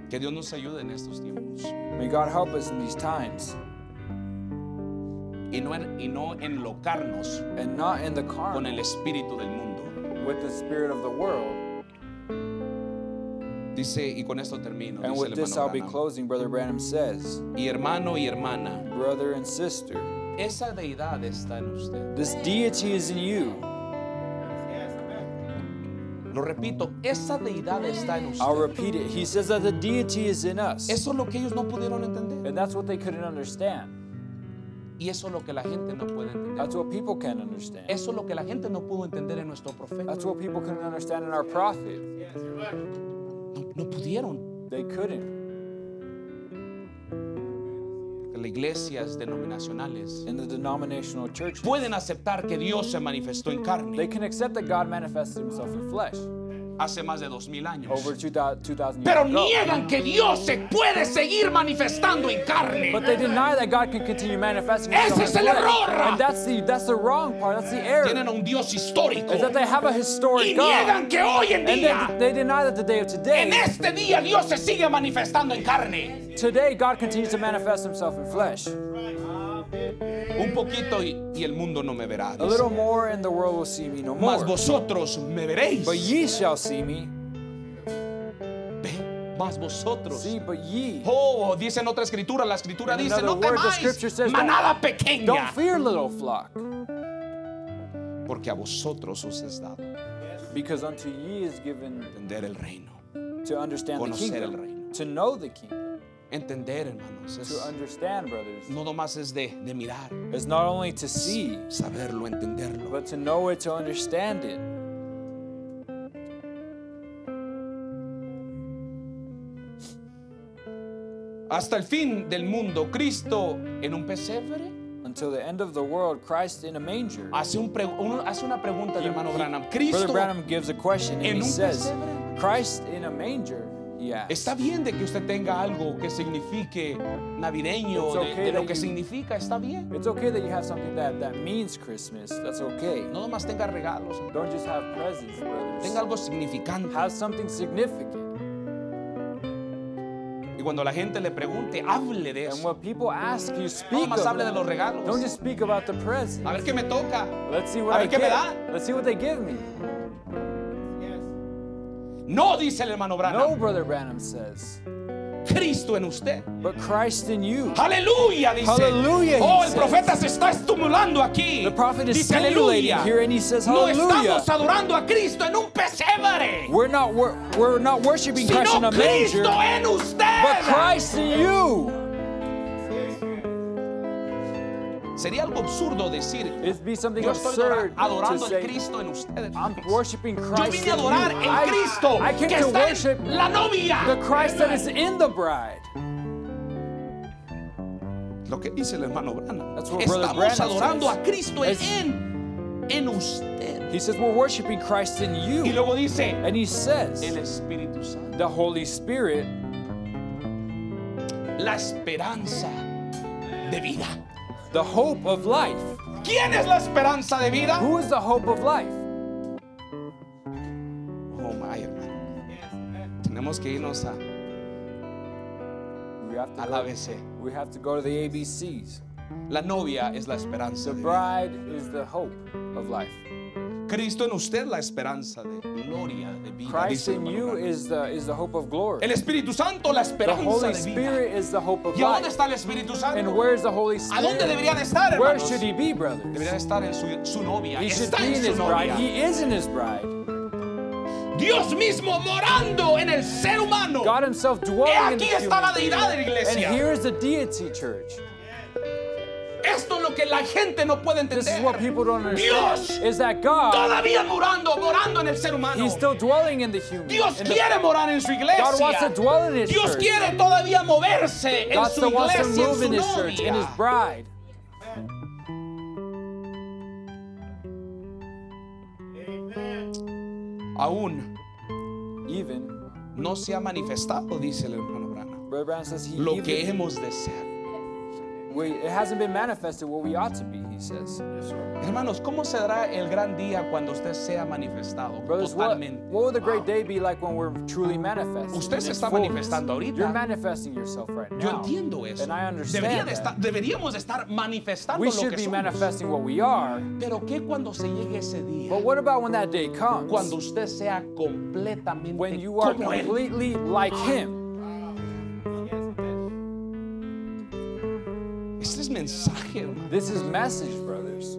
E: Que Dios nos ayude en estos tiempos.
D: May God help us in these times
E: Y no, en- y no enlocarnos
D: and not in the
E: con el
D: carnal
E: espíritu del mundo.
D: with the spirit of the world.
E: Dice, y con esto termino.
D: And
E: dice
D: with
E: el
D: this, I'll
E: hermano
D: be
E: Branham.
D: closing. Brother Branham says,
E: Y hermano y hermana,
D: Brother and sister,
E: esa deidad está en usted.
D: this deity is in you.
E: Lo repito, esa deidad está en
D: I'll
E: usted.
D: repeat it. He says that the deity is in us.
E: Eso es lo que ellos no pudieron entender.
D: And that's what they couldn't understand.
E: Y eso es lo que la gente no puede entender.
D: That's what people can't understand.
E: Eso es lo que la gente no pudo entender en nuestro profeta.
D: That's what people couldn't understand in our prophet.
E: No, no pudieron.
D: They couldn't.
E: Las iglesias denominacionales
D: In the denominational churches,
E: pueden aceptar que Dios se manifestó en
D: they
E: carne
D: can accept that God manifested himself in flesh
E: hace más de dos mil años.
D: over 2000 2000 years
E: Pero
D: ago.
E: niegan que Dios se puede seguir manifestando
D: But
E: en carne.
D: they deny that God can continue manifesting
E: Ese
D: himself in
E: es el
D: flesh.
E: error.
D: And that's the, that's the wrong part. That's the error.
E: Tienen a un Dios histórico.
D: Is that they have a
E: Y
D: historic
E: niegan
D: God.
E: que hoy en
D: And
E: día,
D: then they deny that the day of
E: en
D: today,
E: este día, Dios se sigue manifestando en carne.
D: today God continues to manifest himself in flesh.
E: Un poquito y, y el mundo no me verá.
D: A
E: dice.
D: little more and the world will see me no more.
E: Mas vosotros me veréis.
D: But ye shall see me.
E: Ve, Mas vosotros.
D: See, but ye.
E: Oh, dice en otra escritura, la escritura
D: In
E: dice,
D: another
E: no
D: word, the scripture
E: temáis,
D: says,
E: manada
D: don't- Don't
E: pequeña,
D: fear, little flock,
E: porque a vosotros os es dado
D: because unto ye is given
E: entender el reino.
D: to understand the
E: Conocer el reino.
D: kingdom, to know the kingdom,
E: Entender, hermanos,
D: to
E: es,
D: understand, brothers.
E: no nomás es de, de mirar,
D: It's not only to see,
E: saberlo, entenderlo.
D: but to know it, to understand it.
E: Hasta el fin del mundo, Cristo en un pesebre
D: Until the end of the world, Christ in a manger.
E: hace, un pre- un- hace una pregunta al hermano Branham.
D: Brother
E: Cristo,
D: Branham gives a question and
E: en
D: he
E: un
D: says,
E: pesebre.
D: Christ in a manger, he asks.
E: está bien de que usted tenga algo que signifique navideño,
D: It's
E: de-
D: okay
E: de lo
D: that
E: que
D: you-
E: significa, está bien.
D: It's okay that you have something that, that means Christmas. That's okay.
E: No nomás tenga regalos,
D: Don't just have presents,
E: tenga
D: brothers.
E: algo significante.
D: Have something significant.
E: Y cuando la gente le pregunte, hable de
D: And
E: eso.
D: when people ask you, speak
E: No
D: of
E: más hable de los
D: it. Don't
E: regalos.
D: just speak about the
E: A
D: present.
E: ver qué me toca.
D: Let's see
E: A
D: what
E: ver
D: I
E: qué me
D: get.
E: da.
D: Let's see what they give me.
E: No, dice el hermano
D: No,
E: Branham.
D: Brother Branham says.
E: Cristo en usted.
D: but Christ in you.
E: Aleluya, dice.
D: Hallelujah, he
E: oh, el
D: says.
E: profeta se está estimulando aquí.
D: The prophet is
E: dice
D: stimulating
E: aleluya.
D: here and he says
E: No
D: hallelujah.
E: estamos adorando a Cristo en un pesebre,
D: We're not wor- we're not worshiping Christ in
E: sino
D: a manger,
E: Cristo en usted.
D: but Christ in you.
E: Sería algo absurdo decir,
D: It'd be something
E: yo estoy adora-
D: absurd to
E: adorando a
D: say
E: Cristo en ustedes.
D: I'm worshiping
E: Yo
D: Christ in
E: vine
D: you.
E: a adorar
D: I-
E: en Cristo,
D: I came
E: que
D: to
E: está
D: worship
E: en la
D: the
E: novia.
D: Christ that is in the bride.
E: Lo que dice el hermano Branham.
D: That's what Brother
E: Estamos
D: Branham
E: adorando
D: says.
E: a Cristo
D: Es-
E: en, en usted.
D: He says we're worshiping Christ in
E: Y
D: you.
E: luego dice,
D: And he says
E: el Espíritu Santo.
D: the Holy Spirit,
E: La esperanza de vida.
D: the hope of life.
E: ¿Quién es la esperanza de vida?
D: Who is the hope of life?
E: Oh, my hermano. Tenemos que irnos a,
D: We have to
E: al ABC.
D: we have to go to the ABCs.
E: La novia es la esperanza
D: The
E: de vida.
D: bride is the hope of life.
E: Cristo en usted la esperanza de gloria, de vida.
D: Christ
E: dice el
D: in
E: hermano
D: you
E: Branham.
D: is the is the hope of glory.
E: El Espíritu Santo la
D: The
E: esperanza
D: Holy
E: de vida.
D: Spirit is the hope of
E: ¿Y a dónde
D: life.
E: está el Espíritu
D: And
E: Santo?
D: where is the Holy
E: ¿A
D: Spirit?
E: dónde deberían estar,
D: Where
E: hermanos?
D: should he be, brothers?
E: Deberían estar en su, su novia.
D: He should
E: Está
D: be
E: en
D: in
E: su
D: his bride.
E: novia.
D: He is in his bride.
E: Dios mismo morando en el ser humano.
D: God himself
E: He
D: dwelling in the
E: aquí está la
D: human.
E: deidad de la
D: And
E: iglesia.
D: here is the deity church.
E: Esto es lo que la gente no puede entender.
D: This is what people don't
E: Dios
D: understand. Is that God,
E: todavía morando, morando en el ser humano.
D: he's still dwelling in the human.
E: Dios
D: in the-
E: quiere morar en su iglesia.
D: God wants to dwell in his
E: Dios
D: church.
E: quiere todavía moverse en
D: God
E: su
D: still wants to
E: iglesia, en
D: move
E: su
D: in his church, in his
E: novia.
D: bride.
E: Aún
D: Even,
E: no se ha manifestado, dice el hermano Branham,
D: Brother Brown says, he
E: lo que
D: even,
E: hemos de ser.
D: we, it hasn't been manifested what we ought to be, he says.
E: Hermanos, ¿cómo será el gran día cuando usted sea manifestado
D: Brothers, what,
E: totalmente?
D: what will the great day be like when we're truly manifested?
E: Usted
D: in
E: se
D: its
E: está
D: fullness?
E: manifestando ahorita.
D: You're manifesting yourself right now.
E: Yo entiendo eso.
D: And I understand
E: Deberían
D: that.
E: estar- deberíamos de estar manifestando
D: We
E: lo
D: should
E: que
D: be
E: somos.
D: manifesting what we are,
E: Pero ¿qué cuando se llegue ese día?
D: but what about when that day comes?
E: Cuando usted sea completamente
D: when you are
E: como Él.
D: completely like Him.
E: Este es mensaje, hermano.
D: This is message, brothers.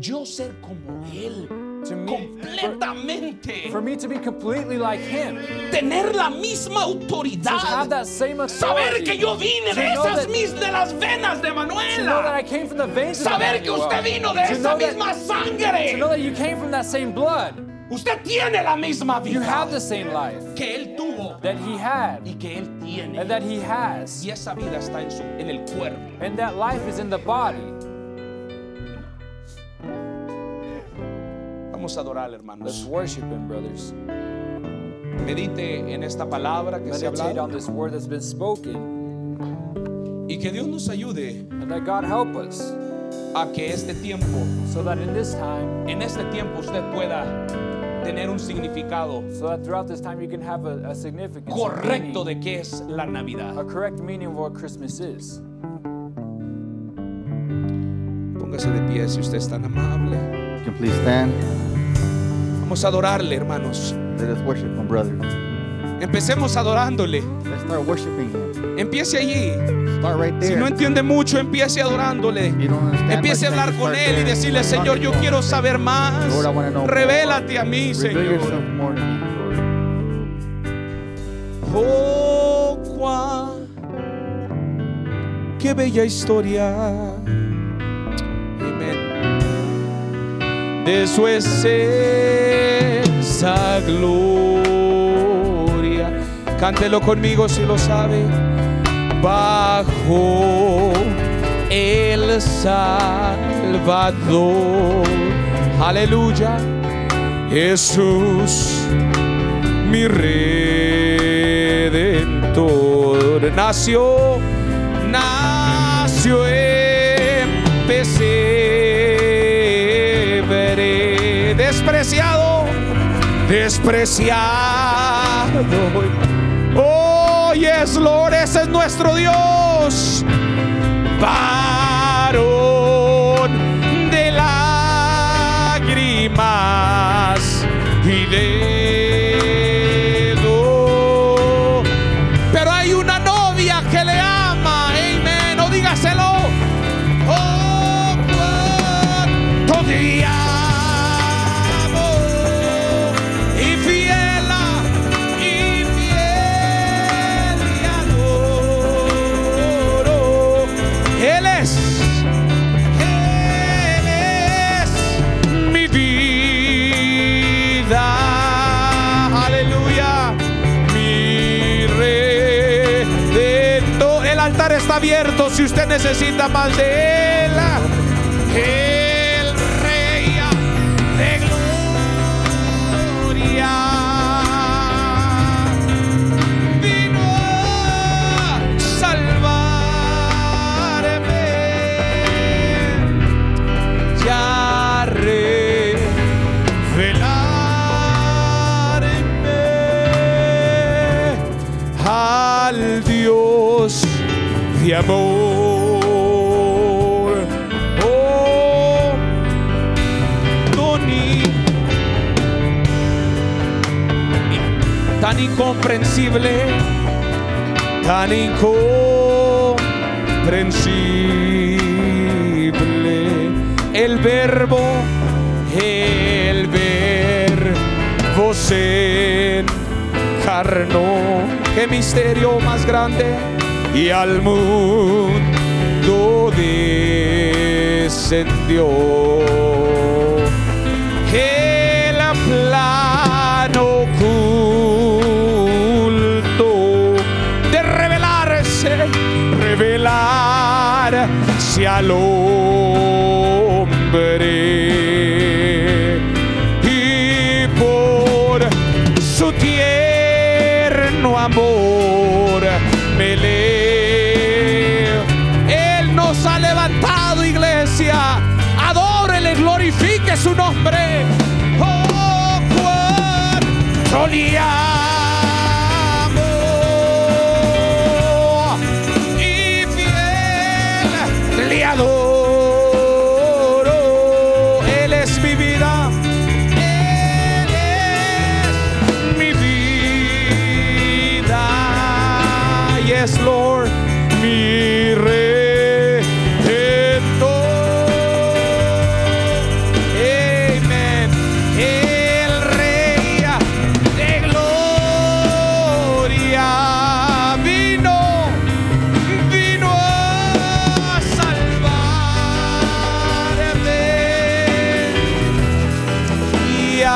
E: Yo ser como Él.
D: To me, for,
E: Completamente.
D: for me to be completely like Him,
E: Tener la misma
D: to have
E: autoridad.
D: that same
E: Saber
D: authority,
E: que yo vine de
D: to know
E: esas
D: that-
E: mis, de las venas de
D: to know that I
E: Manuela.
D: came from the veins
E: Saber
D: of
E: que
D: Emmanuel,
E: usted vino de
D: to
E: esa
D: know that-
E: misma
D: to know
E: sangre.
D: that you came from that same blood.
E: Usted tiene la misma
D: You have the
E: vida
D: same life
E: que Él tuvo
D: that He had
E: y que Él tiene.
D: and that He has.
E: Y esa vida está en, su, en el cuerpo.
D: And that life is in the body.
E: Vamos a adorar,
D: Let's
E: hermanos.
D: worship Him, brothers.
E: Medite en esta palabra que se ha
D: Meditate on
E: hablado
D: this word that's been spoken,
E: y que Dios nos ayude
D: and that God help us,
E: a que este tiempo,
D: so that in this time,
E: en este tiempo usted pueda tener un significado
D: so that throughout this time you can have a, a significance, a
E: correcto
D: meaning,
E: de qué es la
D: a
E: Navidad.
D: correct meaning of what Christmas is.
E: Póngase de pie si usted es tan amable.
B: You can please stand.
E: Vamos a adorarle, hermanos.
B: Let us worship him, brothers.
E: Empecemos adorándole.
B: Let's start worshiping him.
E: Empiece allí.
B: Start right
E: Si
B: there.
E: no entiende mucho, empiece adorándole.
B: You don't understand
E: Empiece a
B: much,
E: hablar
B: then
E: con
B: start
E: él y
B: there.
E: decirle,
B: Start
E: Señor, yo
B: there.
E: quiero saber más.
B: Lord, I wanna know more.
E: Revélate a mí,
B: Reveal
E: Señor.
B: yourself more to me, Lord.
E: Oh, cuán qué bella historia. Amén. De su es esa gloria. Cántelo conmigo si lo sabe. Bajo el Salvador. Aleluya. Jesús mi redentor nació, nació en pesebre, despreciado, despreciado. Oh, yes, Lord, ese es nuestro Dios varón de lágrimas y de
A: Oh, te amo, infiel, infiel y adoro. Él es, Él es mi vida, Ah, aleluya, mi redentor. El altar está abierto si usted necesita más de Él. ah, El Rey ah, de Gloria vino a salvarme y a revelarme al Dios de amor. Oh, Tony, tan incomprensible, tan incomprensible. El verbo, el verbo se encarnó. Qué misterio más grande y al mundo descendió que la plano oculto de revelarse, revelarse al hombre y por su tierno amor me le- Él nos ha levantado, iglesia. Adórele, glorifique su nombre. Oh, cuánto le amo y fiel le adoro. Él es mi vida. Él es mi vida. Yes, Lord, mi redentor. Amen. El Rey de Gloria vino, vino a salvarme y a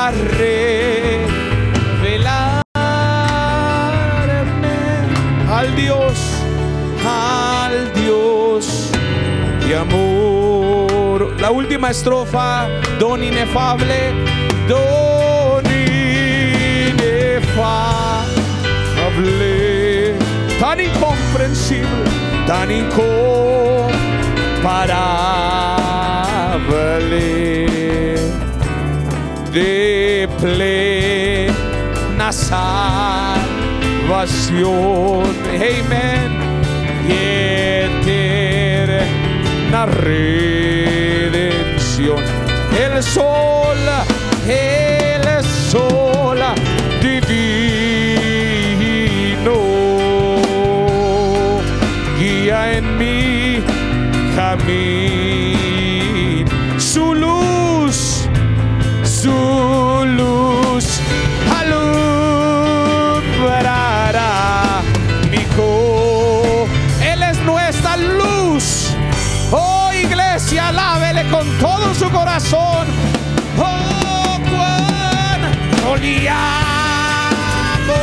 A: revelarme al Dios, al Dios de amor. La última estrofa, don inefable, don inefable, tan incomprensible, tan incomparable de plena salvación. Amén. Y eterna redención. El sol, el sol divino guía en mi camino. Su luz su luz alumbrará mi co. Él es nuestra luz. Oh iglesia, alábele con todo su corazón. Oh, cuán le amo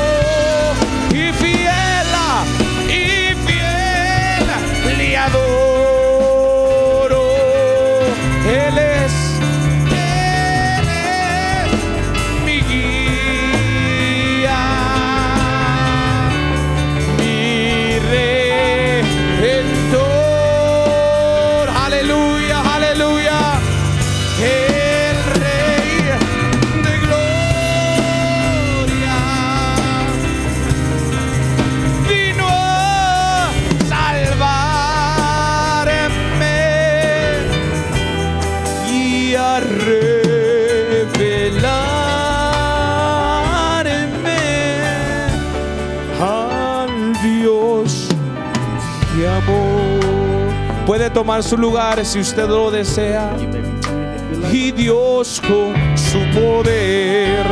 A: y fiel, y fiel le adoro. Él es, Él es mi guía, mi redentor. Aleluya, aleluya. El Rey de Gloria vino a salvarme y a revelarme al Dios de amor. Puede tomar su lugar si usted lo desea.
H: You may be seated if you
A: y Dios con su poder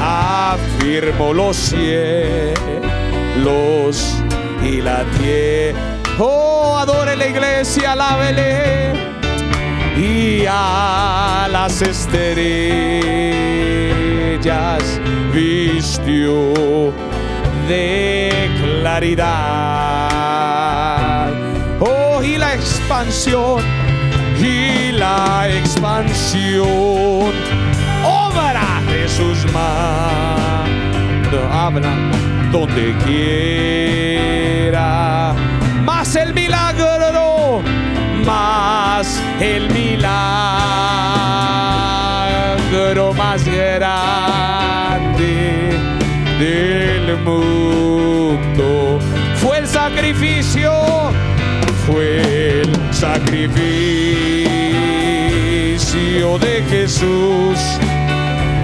A: afirmó los cielos y la tierra. Oh, adore la iglesia, alábele y a las estrellas vistió de claridad. Oh, y la expansión, y la expansión, obra de sus manos, habla donde quiera. Más el milagro, más el milagro más grande del mundo. Fue el sacrificio, fue el sacrificio de Jesús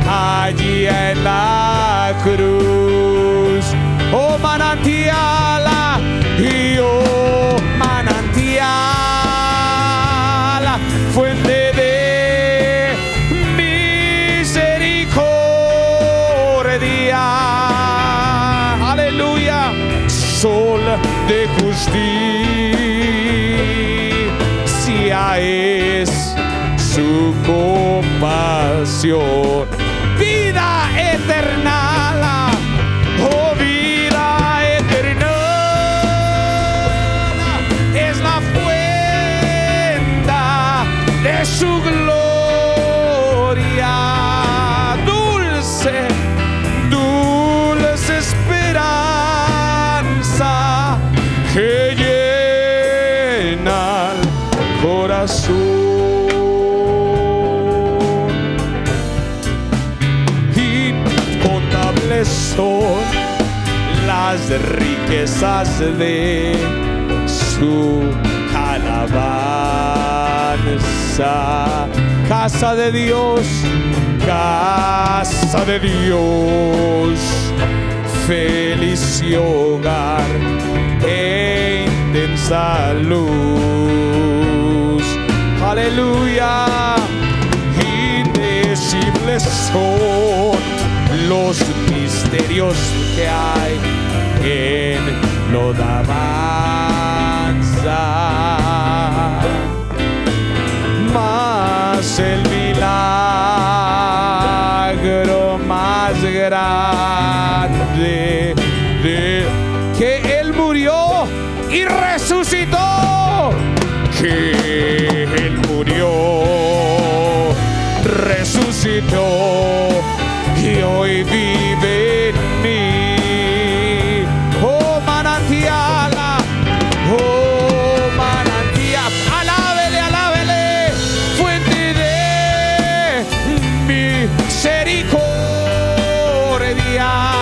A: allí en la cruz. Oh manantiala y oh manantiala, fuente de misericordia. Aleluya, sol de justicia es su compasión. Vida eterna, oh vida eterna, es la fuente de su gloria. Dulce, dulce esperanza que llena el corazón incontables son las riquezas de su alabanza. Casa de Dios, casa de Dios, feliz y hogar e intensa luz. Aleluya indecibles son los misterios que hay en lo alabanza. Más el milagro más grande de que él murió y resucitó. Que él murió resucitó y hoy vive en mí. Oh manantial, oh manantial, alábele, alábele, fuente de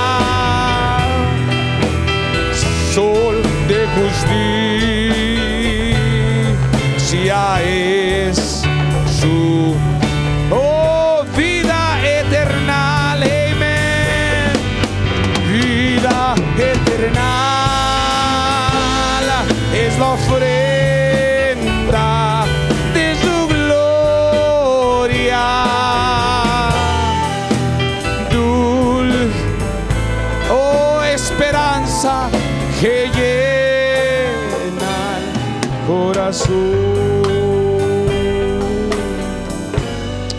A: misericordia sol de justicia es su oh vida eterna, amén. Vida eterna es la ofrenda de su gloria. Dulce oh esperanza que llena el corazón.